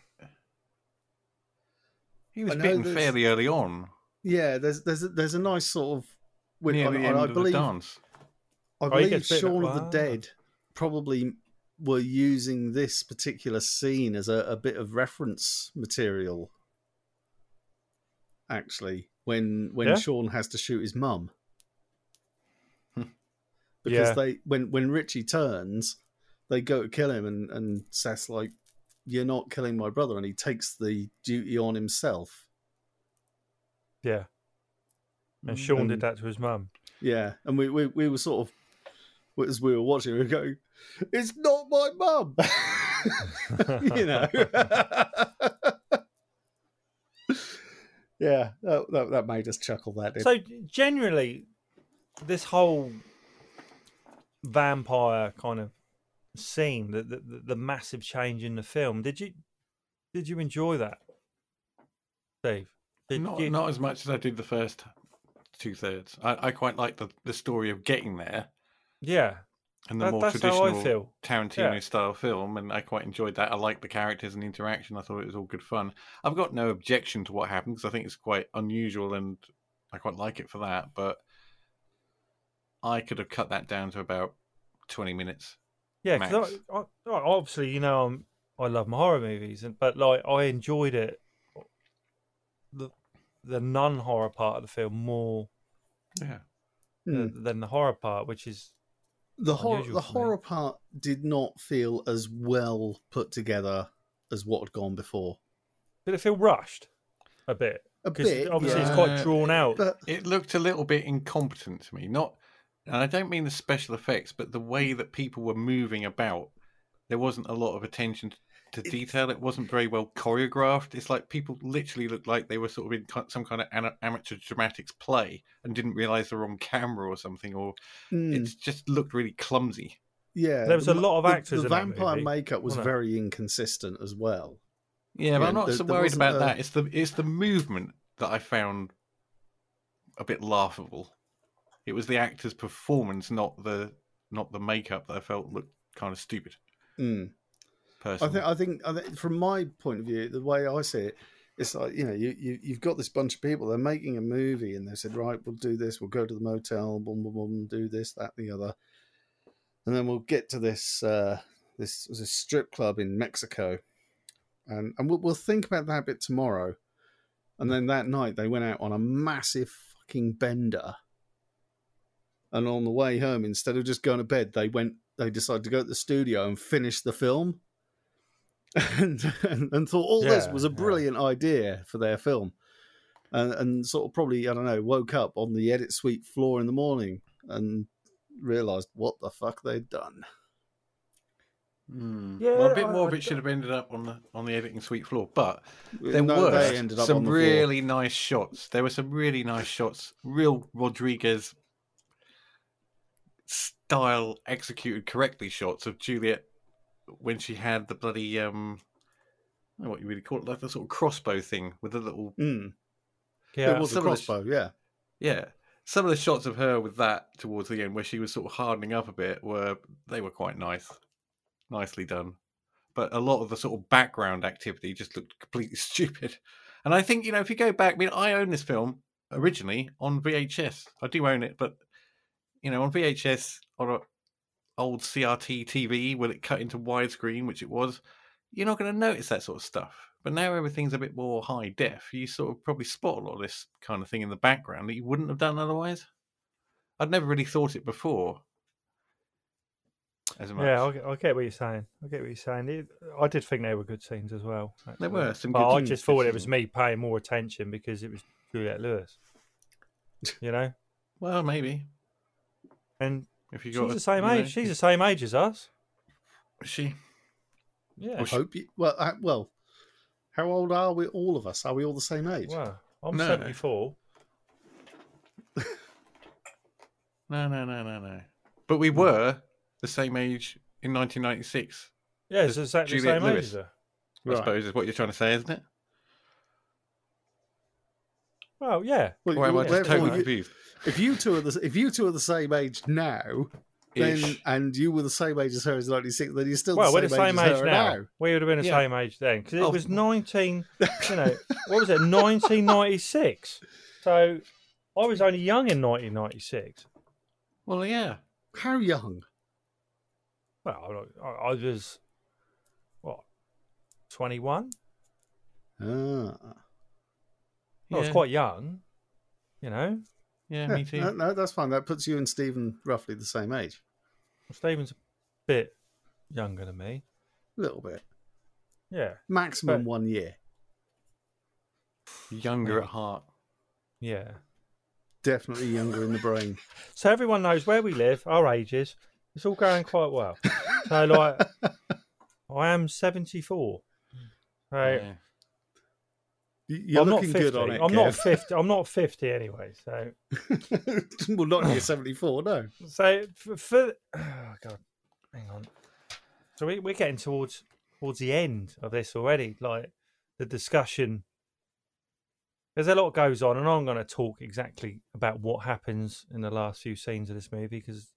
S8: He was
S9: I know
S8: bitten
S9: there's-
S8: fairly early on,
S9: Yeah, there's there's a, there's a nice sort of. When,
S8: near
S9: and
S8: the
S9: I,
S8: end of
S9: believe
S8: the dance.
S9: I
S7: Oh, he
S9: believe
S7: gets bitten.
S9: Shaun of
S7: Ah.
S9: the Dead probably were using this particular scene as a, a bit of reference material. Actually, when when
S7: Yeah?
S9: Sean has to shoot his mum, <laughs> because
S7: Yeah.
S9: they when when Richie turns, they go to kill him, and and Seth's like, "You're not killing my brother," and he takes the duty on himself.
S7: Yeah. And Sean
S9: And-
S7: did that to his <laughs> mum.
S9: Yeah, and we we, we were sort of as we were watching, we were going, "It's not my mum," <laughs> you know. <laughs> yeah, that, that that made us chuckle. That did.
S7: So generally, this whole vampire kind of scene, the, the the- the massive change in the film. Did you did you enjoy that, Steve? Did
S8: Not,
S7: you-
S8: not as much as I did the first two thirds. I, I quite like the, the story of getting there
S7: yeah,
S8: and the
S7: That-
S8: more
S7: that's how I
S8: traditional
S7: feel.
S8: Tarantino style film, and I quite enjoyed that. I liked the characters and the interaction. I thought it was all good fun. I've got no objection to what happened because I think it's quite unusual and I quite like it for that. But I could have cut that down to about twenty minutes.
S7: yeah. 'cause
S8: Max.
S7: I, I, I- obviously, you know, I'm, I love my horror movies, and but like I enjoyed it the the non horror part of the film more
S8: Yeah.
S9: Mm.
S7: than, than the horror part, which is
S9: the horror
S7: unusual
S9: the
S7: for me.
S9: horror part did not feel as well put together as what had gone before.
S7: did it feel rushed a bit?
S9: A
S7: 'Cause
S9: bit,
S7: obviously it's
S8: yeah.
S7: quite drawn out.
S9: But
S8: it looked a little bit incompetent to me. Not, and I don't mean the special effects, but the way that people were moving about, there wasn't a lot of attention to detail. It wasn't very well choreographed. It's like people literally looked like they were sort of in ki- some kind of ana- amateur dramatics play and didn't realize they were on camera or something, or
S9: mm,
S8: it just looked really clumsy.
S9: yeah,
S7: There was
S9: the
S7: a
S9: ma-
S7: lot of
S9: the-
S7: actors
S9: The
S7: in that
S9: vampire
S7: movie,
S9: makeup was
S7: wasn't it?
S9: very inconsistent as well.
S8: Yeah, but
S9: Yeah,
S8: I'm not
S9: there-
S8: so
S9: there
S8: worried
S9: wasn't
S8: about
S9: a-
S8: that. It's the it's the movement that I found a bit laughable. It was the actor's performance, not the not the makeup that I felt looked kind of stupid.
S9: Mm. I
S8: Personally,
S9: think, I think, I think, from my point of view, the way I see it, it's like you know, you, you you've got this bunch of people. They're making a movie, and they said, right, we'll do this. We'll go to the motel, boom, boom, boom, do this, that, the other, and then we'll get to this uh, this was a strip club in Mexico, and and we'll, we'll think about that bit tomorrow. And then that night, they went out on a massive fucking bender. And on the way home, instead of just going to bed, they went. They decided to go to the studio and finish the film <laughs> and and, and thought all this
S7: Yeah,
S9: was a
S7: yeah.
S9: brilliant idea for their film, and, and sort of probably I don't know woke up on the edit suite floor in the morning and realized what the fuck they'd done.
S8: well, a bit
S7: I-
S8: more
S7: I-
S8: of it should have ended up on the on the editing suite floor, but there
S9: There No,
S8: were
S9: were they ended up some
S8: some
S9: on the floor.
S8: really
S9: really
S8: nice shots. There were some really nice shots, real Rodriguez style executed correctly shots of Juliet when she had the bloody um, I don't know what you really call it, like the sort of crossbow thing with the little
S9: Mm.
S7: Yeah,
S9: it was a
S8: some of the sh-
S9: crossbow, yeah.
S8: yeah. Some of the shots of her with that towards the end, where she was sort of hardening up a bit, were they were quite nice, nicely done. But a lot of the sort of background activity just looked <laughs> completely stupid. And I think you know, if you go back, I mean, I own this film originally on VHS. I do own it, but you know, on VHS on a old CRT TV, when it cut into widescreen, which it was, you're not going to notice that sort of stuff. But now everything's a bit more high def. You sort of probably spot a lot of this kind of thing in the background that you wouldn't have done otherwise. I'd never really thought it before. As much.
S7: yeah. I get, I get what you're saying. I get what you're saying. It, I did think they were good scenes as well. actually.
S8: were some
S7: but
S8: good
S7: I
S8: scenes,
S7: just
S8: good
S7: thought it was
S8: scenes.
S7: me paying more attention because it was Juliette
S8: <laughs>
S7: Lewis. You know,
S8: Well, maybe
S7: and
S8: if you got
S7: she's
S8: a-
S7: the same
S8: you know,
S7: age. She's the same age as us.
S8: is she.
S7: Yeah.
S9: I hope you. Well, I, well, how old are we? All of us? Are we all the same age?
S7: Wow. I'm
S8: No.
S7: 74.
S8: No, no, no, no, no. But
S7: Hmm.
S8: we were the same age in 1996.
S7: Yeah, it's exactly the
S8: Juliette
S7: same age
S8: Lewis.
S7: as her.
S8: I suppose is what you're trying to say, isn't it?
S7: Well, yeah.
S9: Well,
S8: Or am I
S9: well,
S8: just
S9: therefore
S8: totally
S9: you-
S8: confused?
S9: if you two are the if you two are the same age now, then
S8: Ish.
S9: and you were the same age as her in 96, then you're still
S7: Well, we're
S9: the
S7: the
S9: same,
S7: same
S9: age,
S7: age
S9: as her
S7: now.
S9: now.
S7: We would have been the
S8: Yeah.
S7: same age then because it
S8: Oh.
S7: was 19, you
S8: <laughs>
S7: know, what was it, 1996. So I was only young in 1996.
S8: Well, yeah.
S9: How young?
S7: Well, I, I was, what, 21?
S9: Ah.
S7: I was
S8: Yeah.
S7: quite young, you know.
S8: Yeah,
S9: Yeah,
S8: me too.
S9: No, no, that's fine. That puts you and Stephen roughly the same age,
S7: Stephen's a bit younger than me.
S9: a little bit,
S7: Yeah,
S9: maximum
S7: But-
S9: one year.
S8: Younger at heart.
S7: yeah.
S9: Definitely younger in the brain.
S7: So everyone knows where we live, our ages. It's all going quite well. So
S8: <laughs>
S7: like, I am 74. So
S8: Yeah.
S9: You- You're
S7: I'm not
S9: looking
S7: 50.
S9: good on it.
S7: I'm not 50. I'm not 50 anyway. So
S9: not. <laughs> well, not you're 74. No.
S7: so for, for oh god, hang on. So we, we're getting towards towards the end of this already. Like the discussion, there's a lot goes on, and I'm going to talk exactly about what happens in the last few scenes of this movie because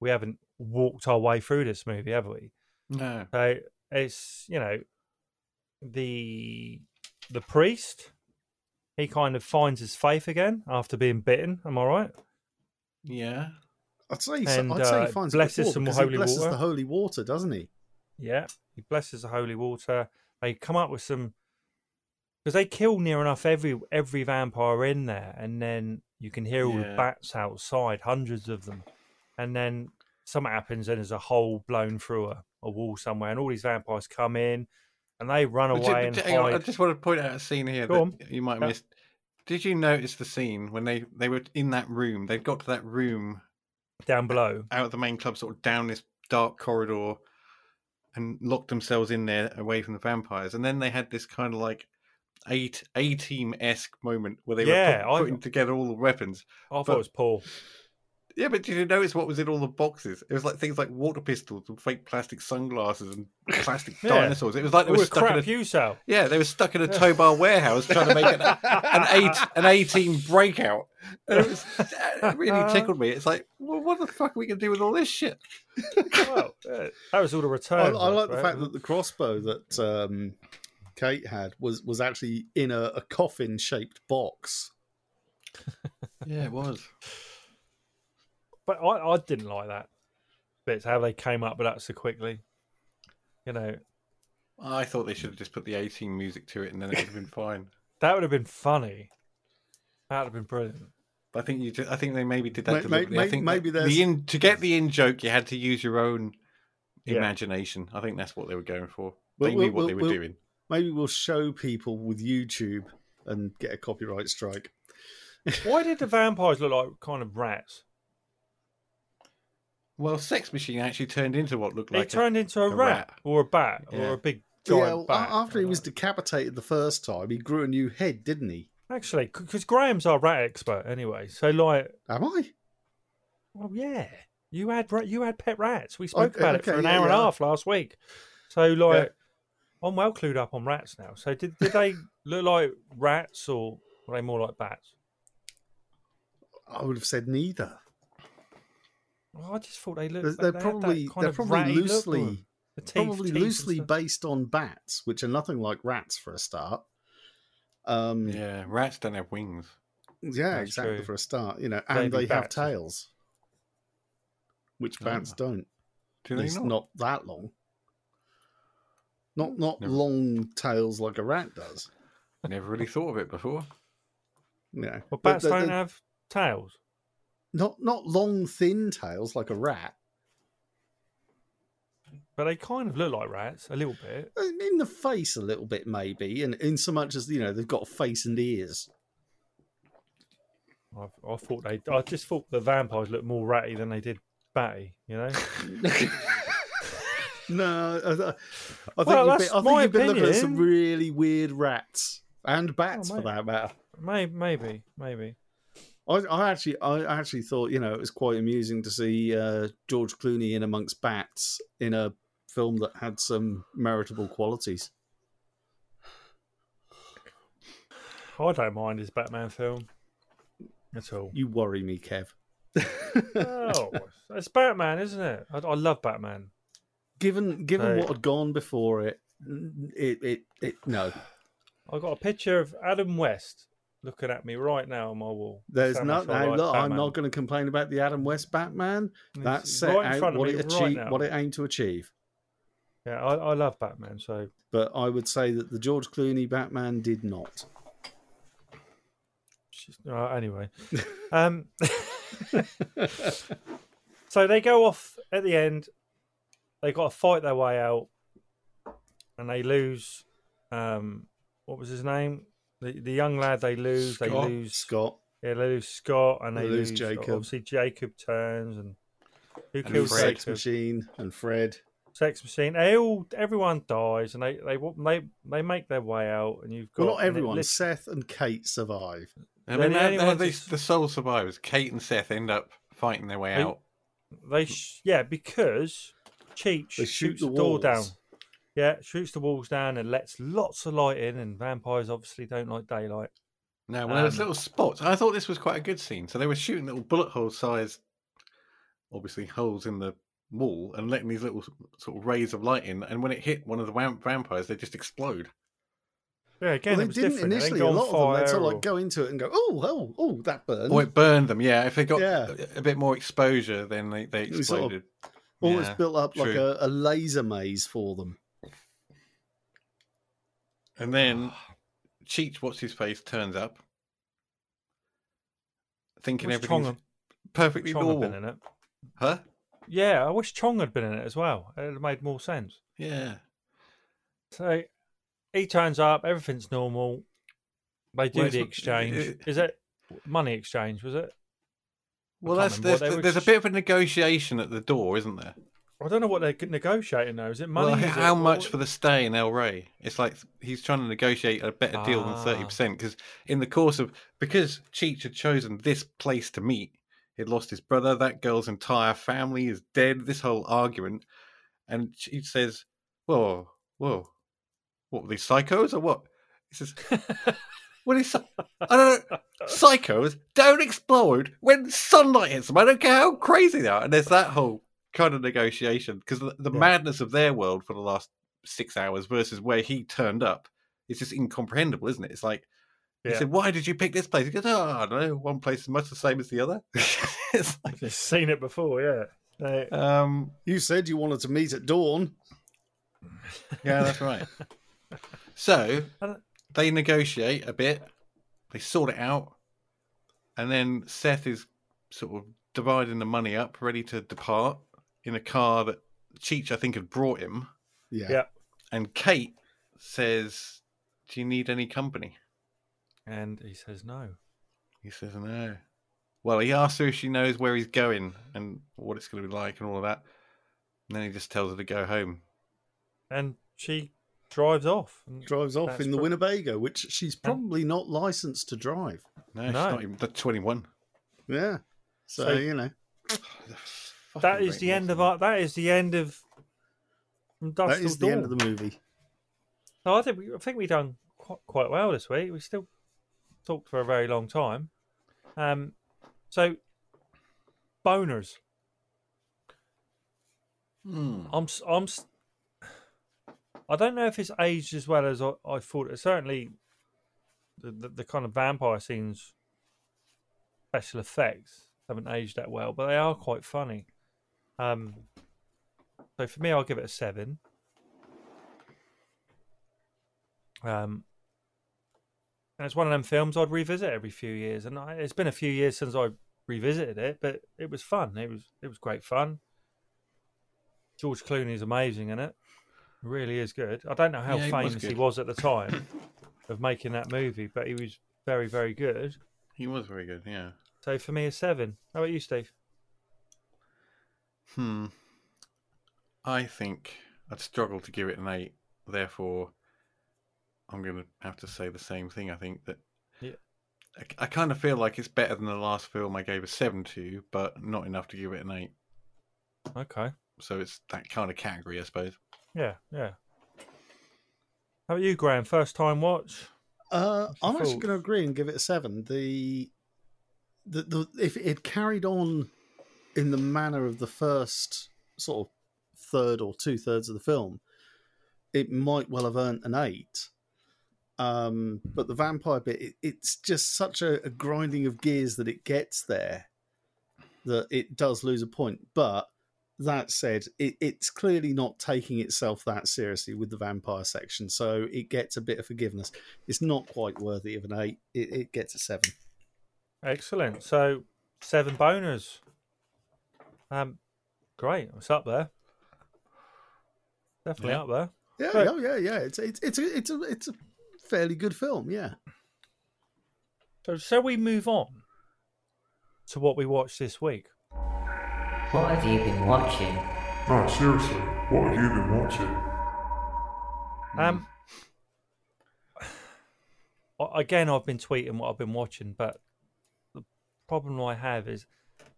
S7: we haven't walked our way through this movie, have we?
S8: No.
S7: So it's you know the the priest he kind of finds his faith again after being bitten. Am I right?
S8: Yeah.
S9: I'd say. he-
S7: And,
S9: I'd say
S7: uh,
S9: he finds
S7: blesses
S9: it before
S7: some
S9: because
S7: holy
S9: he blesses
S7: water.
S9: the holy water, doesn't he?
S7: Yeah. He blesses the holy water. They come up with some because they kill near enough every every vampire in there, and then you can hear all the
S8: Yeah.
S7: bats outside, hundreds of them, and then something happens, and there's a hole blown through a, a wall somewhere, and all these vampires come in, and they run
S8: But ju-
S7: away
S8: but
S7: and
S8: hang on, I
S7: hide.
S8: just want to point out a scene here
S7: Go
S8: that
S7: on.
S8: you might have
S7: Yeah.
S8: missed. Did you notice the scene when they, they were in that room? They'd got to that room
S7: down below.
S8: out of the main club, sort of down this dark corridor, and locked themselves in there away from the vampires. And then they had this kind of like eight A team esque moment where they
S7: Yeah,
S8: were
S7: I-
S8: put, putting together all the weapons.
S7: I thought
S8: But-
S7: it was Paul.
S8: Yeah, but did you notice what was in all the boxes? It was like things like water pistols and fake plastic sunglasses and plastic
S7: <laughs> Yeah.
S8: dinosaurs. It was like they
S7: It
S8: were
S7: was
S8: stuck in a
S7: crap you sell.
S8: Yeah, they were
S7: <laughs>
S8: stuck in a tow bar warehouse trying to make an an eight an eighteen breakout. And it, was, it
S7: <laughs> Uh-huh.
S8: really tickled me. It's like, well, what the fuck are we gonna do with all this shit?
S7: well, <laughs> uh, that was all the
S9: I,
S7: return.
S9: I like the fact that the crossbow that um, Kate had was was actually in a, a coffin shaped box.
S8: Yeah, it was.
S7: But I, I didn't like that. But it's how they came up with that so quickly. You know,
S8: I thought they should have just put the eighteen music to it, and then it would have been fine.
S7: that would have been funny. That would have been brilliant.
S8: But I think you. Just, I think they maybe did
S9: May- may-
S8: that deliberately.
S9: may-
S8: I think
S9: maybe
S8: that
S9: there's-
S8: the in, to get the in joke, you had to use your own
S7: Yeah.
S8: imagination. I think that's what they were going for.
S9: We'll-
S8: They
S9: we'll-
S8: knew what
S9: we'll-
S8: they were
S9: we'll-
S8: doing.
S9: Maybe we'll show people with YouTube and get a copyright strike.
S7: Why did the vampires look like kind of rats?
S8: Well, Sex Machine actually turned into what looked
S7: They
S8: like. a-
S7: turned into a,
S8: a
S7: rat,
S8: rat.
S7: or a bat or
S8: Yeah.
S7: a big
S9: Yeah,
S7: giant
S9: well, a-
S7: bat.
S9: after he
S7: I
S9: was
S7: don't
S9: decapitated the first time, he grew a new head, didn't he?
S7: know. actually because Graham's our rat expert anyway. So like,
S9: Am I?
S7: well, yeah, you had ra- you had pet rats. We spoke
S9: Okay,
S7: about it for
S9: okay,
S7: an
S9: yeah,
S7: hour and a
S9: yeah.
S7: half last week. So like, I'm well clued up on rats now. So did did they <laughs> look like rats or were they more like bats?
S9: I would have said neither.
S7: Well, Oh, I just thought they looked. like
S9: They're, they're
S7: they had that
S9: probably
S7: kind
S9: they're
S7: of ratty look
S9: probably
S7: to
S9: loosely
S7: them. The teeth-
S9: probably
S7: teeth and
S9: loosely
S7: stuff.
S9: based on bats, which are nothing like rats for a start. Um, yeah,
S8: <laughs> Yeah, rats don't have wings.
S7: That's
S9: exactly
S7: true.
S9: for a start, you know, and
S7: Maybe
S9: they have
S7: bats. Ah.
S9: tails, which bats don't.
S8: Do they
S9: At least
S8: not?
S9: not that long. Not not
S8: No.
S9: long tails like a rat does.
S8: Never really thought of it before.
S9: You know,
S7: Well,
S9: But
S7: bats
S9: they're-
S7: don't
S9: they're
S7: have tails.
S9: not not long thin tails like a rat.
S7: But they kind of look like rats a little bit.
S9: in the face a little bit maybe and in so much as you know they've got a face and ears
S7: I, I thought they. I just thought the vampires looked more ratty than they did batty. You
S9: <laughs>
S7: know.
S9: no i, I think,
S7: Well,
S9: you've, been,
S7: that's
S9: I think
S7: my
S9: you've been looking at some
S7: opinion. Oh,
S9: really weird rats and bats
S7: mate.
S9: for that matter
S7: maybe, maybe, maybe.
S9: I, I actually i actually thought you know it was quite amusing to see uh, george clooney in amongst bats in a film that had some meritable qualities
S7: I don't mind his Batman film at
S9: <laughs>
S7: all.
S9: You worry me, Kev.
S7: oh, it's Batman, isn't it? I, I love Batman.
S9: Given given
S7: Right.
S9: what had gone before it, n- it it it no.
S7: I got a picture of Adam West looking at me right now on my wall.
S9: There's
S7: That's how
S9: no,
S7: much I
S9: no
S7: like
S9: look, I'm
S7: Batman.
S9: not going to complain about the Adam West Batman.
S7: It's
S9: That set
S7: right in
S9: out
S7: front of
S9: what
S7: me
S9: it
S7: right
S9: achieved,
S7: now.
S9: what it aimed to achieve.
S7: Yeah, I, I love Batman. So
S9: But I would say that the George Clooney Batman did not.
S7: she's, uh,
S9: <laughs>
S7: anyway, um, <laughs> so they go off at the end. They got to fight their way out, and they lose. Um, what was his name? The, the young lad they lose.
S9: Scott,
S7: They lose.
S9: Scott.
S7: Yeah, they lose Scott, and
S9: They
S7: they,
S9: lose
S7: lose,
S9: Jacob.
S7: Obviously, Jacob turns, and who
S8: And
S7: kills
S8: Fred.
S7: Jacob?
S9: Sex Machine and Fred.
S7: sex machine. They all, everyone dies, and they they they they make their way out, and you've got
S9: Well, not
S7: and it
S9: everyone.
S7: lit-
S9: Seth and Kate survive.
S8: I
S7: Then
S8: mean, they're, they're
S7: anyone
S8: the,
S7: just-
S8: the sole survivors. Kate and Seth end up fighting their way
S7: They-
S8: out.
S7: They sh- yeah, because Cheech
S9: They shoot
S7: shoots
S9: the
S7: the, door down.
S9: walls.
S7: Yeah, shoots the walls down and lets lots of light in, and vampires obviously don't like daylight.
S8: Now, when there was
S7: Um,
S8: little spots, I thought this was quite a good scene. So they were shooting little bullet hole sized, obviously, holes in the wall and letting these little s- sort of rays of light in. And when it hit one of the wam- vampires, they just explode.
S7: Yeah, again,
S9: well,
S7: it
S9: they
S7: was
S9: didn't
S7: different. It didn't
S9: initially.
S7: go
S9: A
S7: on
S9: lot of them, they'd
S7: fire
S9: sort of
S7: or-
S9: like go into it and go, oh, oh, oh, that burned.
S8: Or it burned them, yeah. If they got
S9: Yeah.
S8: a, a bit more exposure, then they, they
S9: It was sort of-
S8: exploded.
S9: Almost
S8: Yeah,
S9: built up like
S8: true.
S9: a, a laser maze for them.
S8: And then
S7: Ah.
S8: Cheech, what's his face, turns up, thinking
S7: Wish
S8: everything's
S7: Chong-
S8: perfectly
S7: Chong had been
S8: normal.
S7: in it.
S8: Huh?
S7: Yeah, I wish Chong had been in it as well. It would have made more sense.
S8: Yeah.
S7: So he turns up, everything's normal. They do
S8: Well,
S7: the
S8: it's-
S7: exchange.
S8: it-
S7: Is it money exchange? Was it?
S8: Well,
S7: can't
S8: that's
S7: remember what
S8: there's,
S7: they were
S8: there's a
S7: ch-
S8: bit of a negotiation at the door, isn't there?
S7: I don't know what they're negotiating though. Is it money?
S8: Well,
S7: Is it-
S8: how much
S7: what- <laughs>
S8: for the stay in El Rey? It's like he's trying to negotiate a better deal than thirty
S7: Ah.
S8: percent because in the course of because Cheech had chosen this place to meet, he'd lost his brother. That girl's entire family is dead. This whole argument, and Cheech says, "Whoa, whoa, what were these psychos or what?"
S7: <laughs>
S8: He says, "What is? I don't know. Psychos don't explode when sunlight hits them. I don't care how crazy they are." And there's that whole kind of negotiation because the, the
S7: Yeah.
S8: madness of their world for the last six hours versus where he turned up is just incomprehensible, isn't it? It's like he
S7: Yeah.
S8: said, "Why did you pick this place?" He goes, "Oh, I don't know. One place is much the same as the other." <laughs> it's like,
S7: I've seen it before, yeah. They-
S8: um,
S9: You said you wanted to meet at dawn.
S8: yeah, that's right.
S7: <laughs>
S8: so
S7: I don't-
S8: they negotiate a bit, they sort it out, and then Seth is sort of dividing the money up, ready to depart in a car that Cheech, I think, had brought him.
S9: Yeah.
S7: Yeah.
S8: And Kate says, "Do you need any company?"
S7: and he says no.
S8: He says, "No." Well, he asks her if she knows where he's going and what it's going to be like and all of that. And then he just tells her to go home.
S7: And she drives off. And
S9: Drives off
S7: That's
S9: in the
S7: pro-
S9: Winnebago, which she's probably not licensed to drive.
S8: No, she's
S7: No.
S8: not even that's twenty-one.
S9: Yeah. So,
S7: So-
S9: you know,
S7: That is the end of our that is the end of
S9: that
S7: Industrial
S9: is the end of
S7: Dawn.
S9: the movie.
S7: So I think we, I think we done quite, quite well this week. We still talked for a very long time. Um, so boners. I'm s- I'm s- I don't know if it's aged as well as I, I thought. Certainly, the, the the kind of vampire scenes, special effects haven't aged that well, but they are quite funny. Um, so for me, I'll give it a seven. Um, and it's one of them films I'd revisit every few years, and I, it's been a few years since I revisited it, but it was fun. It was it was great fun. George Clooney is amazing in it. Really is good. I don't know how
S8: Yeah, he was
S7: famous he
S8: good.
S7: was at the time of making that movie, but he was very very good.
S8: He was very good. Yeah.
S7: So for me, a seven. How about you, Steve?
S8: Hmm. I think I'd struggle to give it an eight. Therefore, I'm going to have to say the same thing. I think that
S7: Yeah.
S8: I, I kind of feel like it's better than the last film I gave a seven to, but not enough to give it an eight.
S7: Okay.
S8: So it's that kind of category, I suppose.
S7: Yeah, yeah. How about you, Graham? First time watch?
S9: Uh,
S7: What's your
S9: I'm actually
S7: thoughts?
S9: going to agree and give it a seven. The, the, the if it carried on in the manner of the first sort of third or two thirds of the film, it might well have earned an eight. Um, but the vampire bit, it, it's just such a, a grinding of gears that it gets there that it does lose a point. But that said, it, it's clearly not taking itself that seriously with the vampire section, so it gets a bit of forgiveness. It's not quite worthy of an eight. It, it gets a seven.
S7: Excellent. So seven boners. Um, great. It's up there. Definitely up there.
S9: Yeah,
S7: Right.
S9: yeah, yeah, yeah. It's it's it's a, it's a it's a fairly good film. Yeah.
S7: So shall we move on to what we watched this week?
S6: What have you been watching?
S10: No, seriously, what have you been watching?
S7: Um, <sighs> I- again, I've been tweeting what I've been watching, but the problem I have is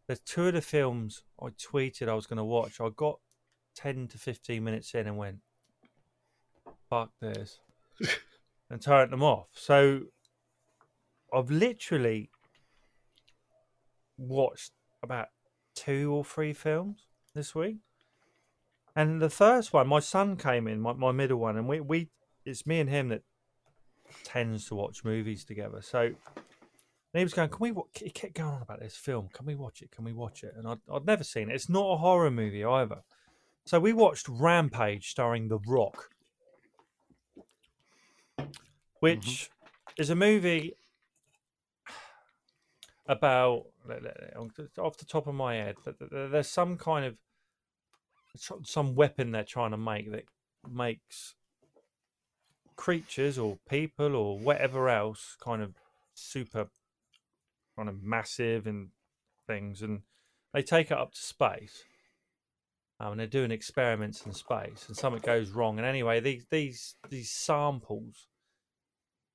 S7: there's two of the films I tweeted I was going to watch. I got 10 to 15 minutes in and went, fuck this, and turned them off. So I've literally watched about two or three films this week. And the first one, my son came in, my, my middle one, and we, we it's me and him that tends to watch movies together. So and he was going, "Can we?" Wa-? He kept going on about this film. Can we watch it? Can we watch it? And I'd, I'd never seen it. It's not a horror movie either. So we watched Rampage, starring The Rock, which is a movie about let- let- off the top of my head. th- th- th- There's some kind of so- some weapon they're trying to make that makes creatures or people or whatever else kind of super kind of massive and things and they take it up to space um, and they're doing experiments in space and something goes wrong and anyway these these these samples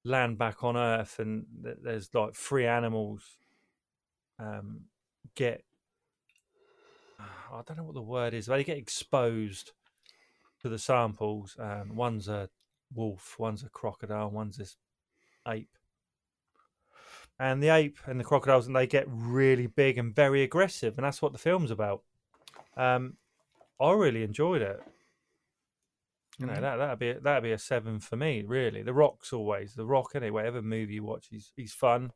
S7: land back on earth and th- there's like three animals um get I don't know what the word is. but They get exposed to the samples. And one's a wolf, one's a crocodile, one's this ape. And the ape and the crocodiles, and they get really big and very aggressive, and that's what the film's about. Um, I really enjoyed it. You know that that'd be a- that'd be a seven for me, really. The Rock's always the Rock, anyway. Whatever movie you watch, he's he's fun.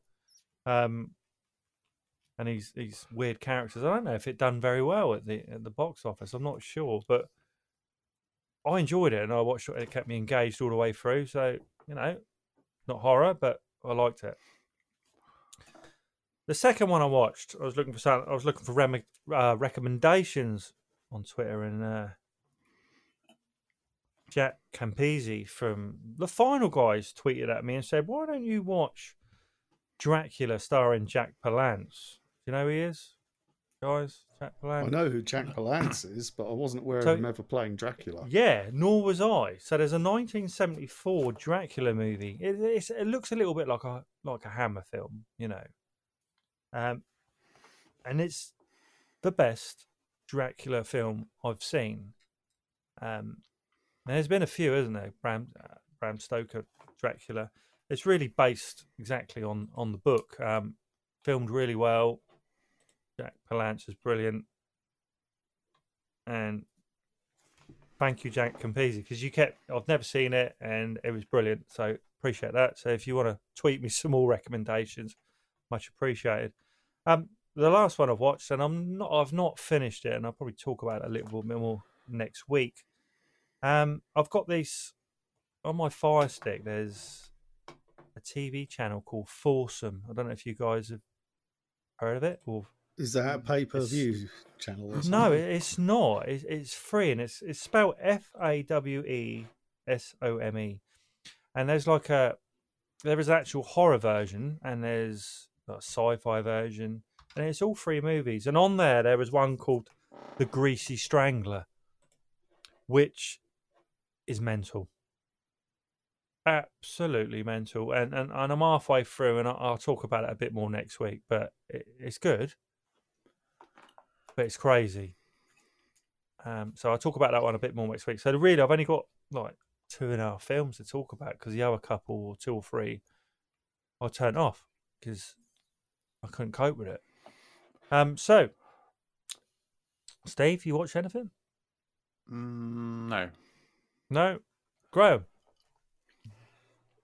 S7: Um, and he's these weird characters. I don't know if it done very well at the at the box office. I'm not sure, but I enjoyed it and I watched it. and It kept me engaged all the way through. So you know, not horror, but I liked it. The second one I watched, I was looking for some, I was looking for rem- uh, recommendations on Twitter, and uh, Jack Campese from the Final Guys tweeted at me and said, "Why don't you watch?" Dracula starring Jack Palance. Do you know who he is, guys? Jack Palance.
S9: I know who Jack Palance is, but I wasn't aware
S7: Um, So-
S9: of him ever playing Dracula.
S7: Yeah, nor was I. So there's a 1974 Dracula movie. It, it's, it looks a little bit like a like a Hammer film, you know. Um, and it's the best Dracula film I've seen. Um, and there's been a few, isn't there? Bram uh, Bram Stoker Dracula. It's really based exactly on on the book. Um, filmed really well. Jack Palance is brilliant. And thank you, Jack Campese, because you kept. I've never seen it, and it was brilliant. So appreciate that. So if you want to tweet me <laughs> some more recommendations, much appreciated. Um, the last one I've watched, and I'm not. I've not finished it, and I'll probably talk about it a little bit more next week. Um, I've got this on my Fire Stick. There's a TV channel called Foursome. I don't know if you guys have heard of it or
S9: Is that a pay per view channel? Or
S7: no,
S9: something?
S7: it- it's not. It's, it's free and it's it's spelled F A W E S O M E. And there's like a there is an actual horror version and there's a sci-fi version and it's all three movies. And on there there was one called The Greasy Strangler, which is mental. Absolutely mental, and and, and I'm halfway through, and I- I'll talk about it a bit more next week. But it, it's good but it's crazy. Um, so I'll talk about that one a bit more next week. So really, I've only got like two and a half films to talk about because the other couple, or two or three, I turned it off because I couldn't cope with it. Um, so, Steve, you watch anything?
S8: Mm, no.
S7: No, Graham.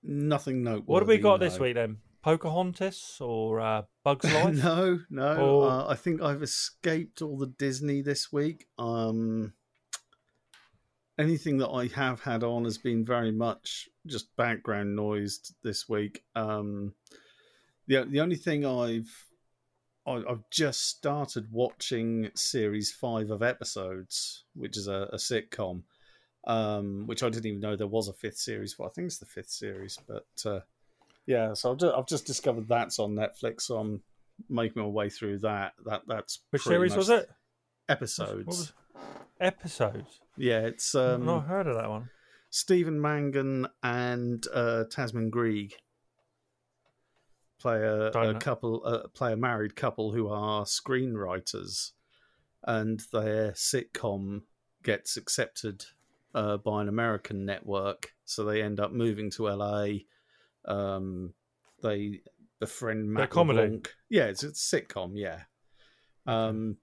S9: Nothing noteworthy.
S7: What have we got this
S9: no.
S7: week then? Pocahontas or uh,
S9: <laughs>
S7: Bugs Life?
S9: no, no.
S7: Or-
S9: Uh, I think I've escaped all the Disney this week. Um, anything that I have had on has been very much just background noise this week. Um, the the only thing I've I, I've just started watching series five of episodes, which is a, a sitcom. Um, which I didn't even know there was a fifth series. Well, I think it's the fifth series, but uh, yeah, so I've just, I've just discovered that's on Netflix. So I'm making my way through that. That that's
S7: Which
S9: pretty
S7: series
S9: much
S7: was it?
S9: Episodes.
S7: What was- Oh, Episodes.
S9: Yeah, it's
S7: I've
S9: um,
S7: not heard of that one.
S9: Stephen Mangan and uh, Tasman Grieg play a,
S7: Don't
S9: a
S7: know.
S9: couple, uh, play a married couple who are screenwriters, and their sitcom gets accepted uh, by an American network, so they end up moving to LA. Um, they befriend Matt
S7: comedy?
S9: LeBlanc. Yeah, it's a sitcom. Yeah. Um,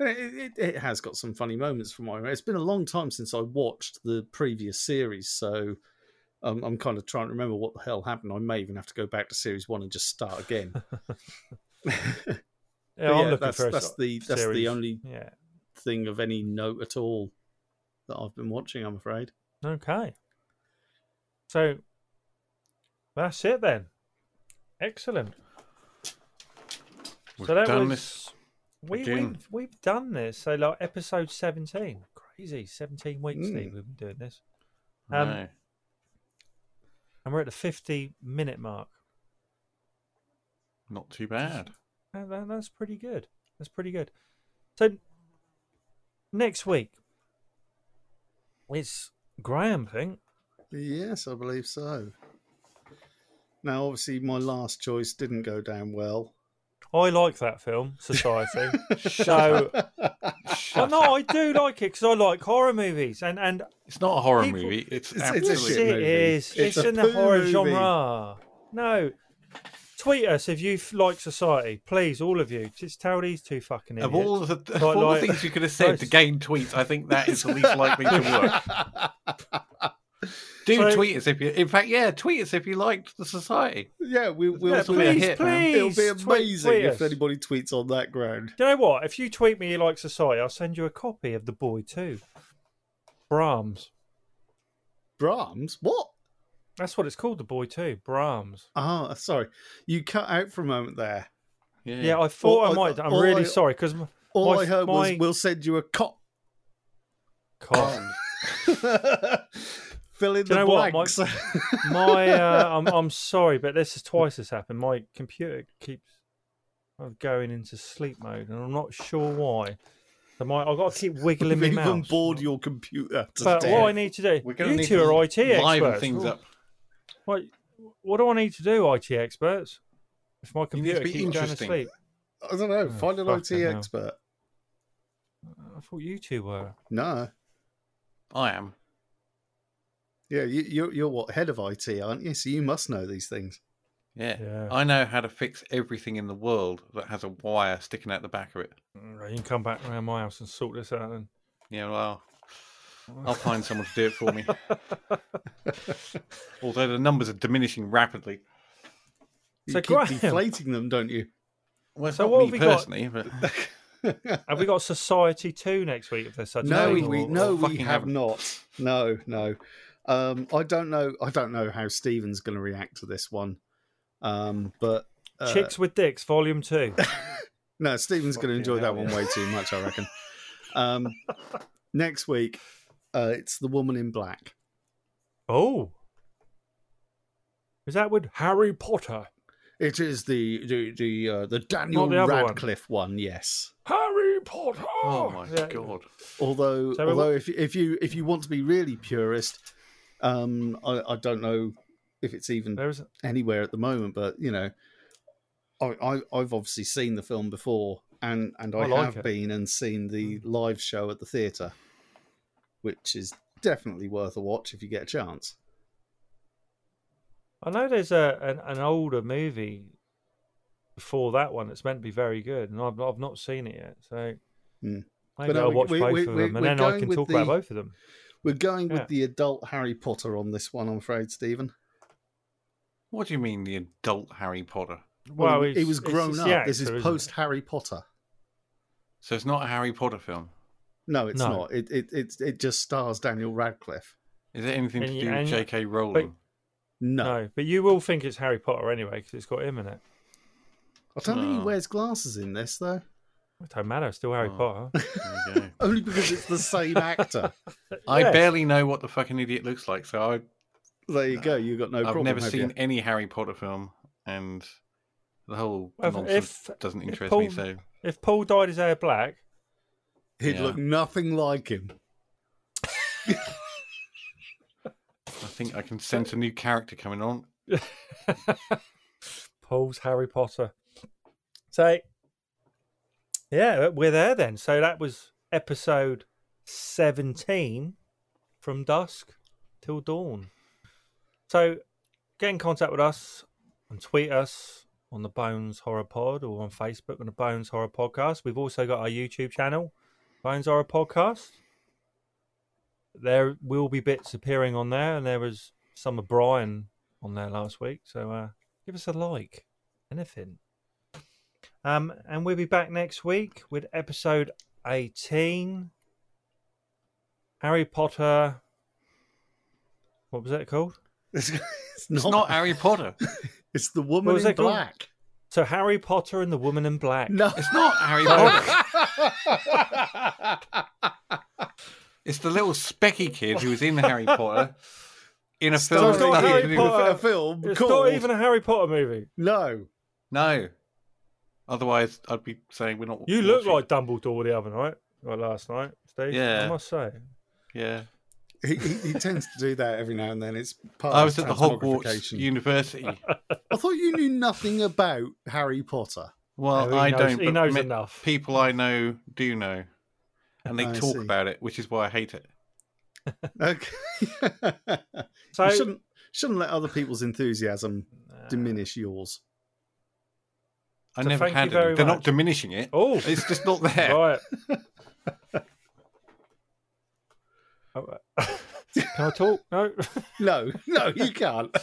S9: it, it, it has got some funny moments from what I remember. It's been a long time since I watched the previous series, so um, I'm kind of trying to remember what the hell happened. I may even have to go back to series one and just start again.
S7: Yeah, I'm
S9: But yeah,
S7: looking
S9: that's-
S7: for a
S9: that's
S7: sort-
S9: the- that's the
S7: series.
S9: only-
S7: Yeah.
S9: Thing of any note at all that I've been watching, I'm afraid.
S7: Okay. So that's it then. Excellent.
S8: We've
S7: so that was
S8: done this
S7: we,
S8: again.
S7: we've we've done this. So like episode seventeen. Crazy. Seventeen weeks
S8: Hmm.
S7: Steve, we've been doing this. Um
S8: no.
S7: and we're at the fifty minute mark.
S8: Not too bad.
S7: That- that- that's pretty good. That's pretty good. So next week it's Graham thing.
S9: Yes, I believe so. Now, obviously, my last choice didn't go down well.
S7: I like that film, Society.
S9: <laughs>
S7: so Oh, no, I do like it because I like horror movies, and and
S8: It's not a horror
S7: People-
S8: movie. It's,
S9: It's- it's
S8: absolutely.
S9: a
S7: yes,
S9: shit
S7: it
S9: movie.
S7: is.
S9: It's
S7: It's,
S9: a
S7: in the
S9: poo
S7: horror
S9: movie.
S7: genre. No, tweet us if you f- like Society, please, all of you. Just tell these two fucking idiots.
S8: Of all the, of
S7: Like-
S8: all
S7: like-
S8: the things you could have said to
S7: Nice.
S8: gain tweets, I think that is the least likely to work. <laughs> Do
S7: So-
S8: tweet us if you. In fact, yeah, tweet us if you liked the society.
S9: Yeah, we, we'll
S7: yeah,
S8: it'll be a
S7: please,
S8: hit, man.
S7: please.
S9: It'll be
S7: tweet-
S9: amazing
S7: tweet
S9: if
S7: us.
S9: anybody tweets on that ground.
S7: Do you know what? If you tweet me you like Society, I'll send you a copy of The Boy too. Brahms.
S9: Brahms? What?
S7: That's what it's called, The Boy too. Brahms.
S9: Ah, sorry. You cut out for a moment there.
S7: Yeah, I thought
S9: All
S7: I
S9: I-
S7: might. I'm
S9: all
S7: really
S9: I-
S7: sorry because my,
S9: All
S7: my-
S9: I heard was,
S7: my-
S9: we'll send you a cop. <laughs>
S7: God.
S9: Fill in
S7: Do you
S9: the
S7: know what,
S9: blanks. <laughs>
S7: Mike? my uh, I'm I'm sorry, but this is twice has happened. My computer keeps uh, going into sleep mode, and I'm not sure why. So my I've got to keep wiggling
S9: You've
S7: my
S9: even
S7: mouse.
S9: bored your computer to
S7: but
S9: death.
S7: what I need to do,
S8: We're gonna
S7: you
S8: need
S7: two
S8: to
S7: are IT
S8: liven
S7: experts.
S8: things up.
S7: What, what do I need to do, IT experts? If my
S8: need to
S7: computer
S8: be
S7: keeps going to
S8: interesting.
S7: sleep,
S9: I don't
S7: Oh,
S9: know. Find an
S7: fucking
S9: OT
S7: hell.
S9: expert.
S7: I thought you two were.
S9: No.
S8: I am.
S9: Yeah, you, you're, you're what? Head of IT, aren't you? So you must know these things.
S8: Yeah.
S7: Yeah.
S8: I know how to fix everything in the world that has a wire sticking out the back of it.
S7: Right, Mm, you can come back around my house and sort this out. Then.
S8: Yeah, well, I'll find someone to do it
S7: <laughs>
S8: for me. Although the numbers are diminishing rapidly.
S9: You
S7: So
S9: keep
S7: Graham-
S9: deflating them,
S7: <laughs>
S9: don't you?
S8: Well, it's
S7: So
S8: not
S7: what
S8: me
S7: have we got?
S8: personally, but
S7: Have we got Society Two next week? If there's such a
S9: no,
S7: thing,
S9: we
S7: or-
S9: no,
S7: or
S9: we
S8: fucking
S9: have
S8: haven't.
S9: not. No, no. Um, I don't know. I don't know how Steven's going to react to this one. Um, but uh,
S7: Chicks with Dicks Volume Two.
S9: no, Steven's going to
S8: Fucking
S9: enjoy that
S8: hell,
S9: one
S8: yeah.
S9: way too much, I reckon.
S7: <laughs>
S9: um, next week, uh, it's the Woman in Black.
S7: Oh. Is that with Harry Potter?
S9: It is the the the, uh, the Daniel
S7: the other one.
S9: Radcliffe one. yes.
S7: Harry Potter!
S8: oh my
S7: Yeah.
S8: god,
S9: Although
S7: So we-
S9: although if if you if you want to be really purist, um, I, I don't know if it's even
S7: There is a-
S9: anywhere at the moment, but you know, I, I I've obviously seen the film before, and and I,
S7: I like
S9: have
S7: it. Mm.
S9: been and seen the live show at the theatre, which is definitely worth a watch if you get a chance.
S7: I know there's a an, an older movie before that one that's meant to be very good, and I've I've not seen it yet. So
S9: Hmm.
S7: maybe
S9: no,
S7: I'll
S9: we-
S7: watch
S9: we-
S7: both
S9: we-
S7: of
S9: we-
S7: them, and
S9: we're
S7: then I
S9: going
S7: can
S9: with
S7: talk about
S9: the-
S7: both of them.
S9: We're going
S7: Yeah.
S9: with the adult Harry Potter on this one, I'm afraid, Stephen.
S8: What do you mean the adult Harry Potter?
S7: Well,
S9: he
S7: it's-
S9: was
S7: it's-
S9: grown
S7: it's
S9: up.
S7: the
S9: this
S7: actor,
S9: is
S7: isn't it?
S9: post Harry Potter.
S8: So it's not a Harry Potter film.
S9: No, it's
S7: No.
S9: not. It it it it just stars Daniel Radcliffe.
S8: Is it anything
S7: And
S8: to
S7: you-
S8: do with
S7: and-
S8: J.K. Rowling?
S7: <laughs>
S9: No,
S7: No. but you will think it's Harry Potter anyway because it's got him in it.
S9: I don't think
S8: Oh.
S9: he wears glasses in this though.
S7: It don't matter. It's still Harry
S9: Oh.
S7: Potter.
S8: There you go.
S9: Only because it's the
S8: <laughs>
S9: same actor.
S8: I
S7: Yes.
S8: barely know what the fucking idiot looks like, so I
S9: There you go. You got no
S8: I've
S9: problem.
S8: never
S9: have
S8: seen
S9: you?
S8: any Harry Potter film, and the whole
S7: Well, if-
S8: nonsense
S7: if-
S8: doesn't
S7: if
S8: interest me.
S7: Paul-
S8: So
S7: If Paul dyed his hair black,
S9: He'd
S8: Yeah.
S9: look nothing like him.
S8: I think
S7: <laughs>
S8: I can sense a new character coming on.
S7: Paul's Harry Potter. So, yeah, we're there then. So that was episode 17 from dusk till dawn. So get in contact with us and tweet us on the Bones Horror Pod or on Facebook on the Bones Horror Podcast. We've also got our YouTube channel, Bones Horror Podcast. There will be bits appearing on there, and there was some of Brian on there last week. So uh, give us a like, anything. Um, and we'll be back next week with episode 18 Harry Potter. What was that called?
S9: It's,
S7: <laughs>
S8: It's
S9: Oh.
S8: not Harry Potter.
S9: It's the woman
S7: What was
S9: in
S7: that called?
S9: black.
S7: So Harry Potter and the Woman in Black.
S9: No, <laughs>
S8: It's not Harry Potter. it's the little specky kid who was in Harry Potter in a film.
S7: not
S8: that
S7: Harry
S8: nothing to do with-
S7: Potter.
S9: a film
S7: It's
S9: called-
S7: not even a Harry Potter movie.
S9: no.
S8: No. Otherwise, I'd be saying we're not.
S7: You look
S8: watching-
S7: like Dumbledore the other night, or last night, Steve. I
S8: Yeah.
S7: must say.
S8: Yeah.
S9: He, he, he tends to do that every now and then. It's
S7: Oh,
S9: part
S8: I was
S9: of
S8: at the Hogwarts
S7: <laughs>
S9: transmogrification.
S8: University.
S9: I thought you knew nothing about
S7: <laughs>
S9: Harry Potter.
S8: Well,
S7: No, he
S8: I
S7: knows-
S8: don't.
S7: he
S8: but
S7: knows
S8: me-
S7: enough.
S8: People I know do know, and they
S9: I
S8: talk
S9: see.
S8: about it, which is why I hate it.
S9: Okay. <laughs>
S7: So,
S9: you shouldn't shouldn't let other people's enthusiasm diminish yours.
S8: I
S7: So
S8: never
S7: thank you
S8: had
S7: very
S8: it. They're not
S7: much.
S8: diminishing it.
S7: Oh.
S8: it's just not there.
S7: <laughs> right.
S9: <laughs>
S7: Oh, uh, Can I talk? No. <laughs>
S9: No, <laughs> no, you can't.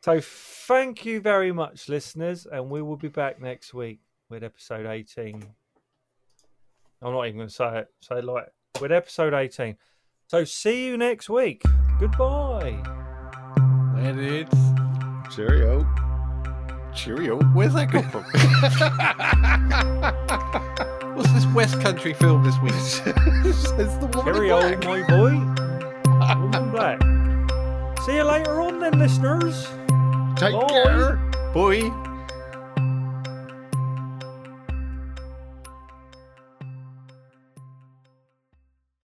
S7: so, thank you very much, listeners, and we will be back next week with episode 18. I'm not even going to say it. So, like, with episode 18. So, see you next week. Goodbye.
S8: Where did?
S9: Cheerio.
S8: Cheerio. Where's that come from? <laughs> What's this West Country film this week?
S9: <laughs> It's the woman
S7: Carry on, my boy. Woman black. See you later on, then, listeners.
S9: Take
S7: Bye.
S9: care.
S8: Boy.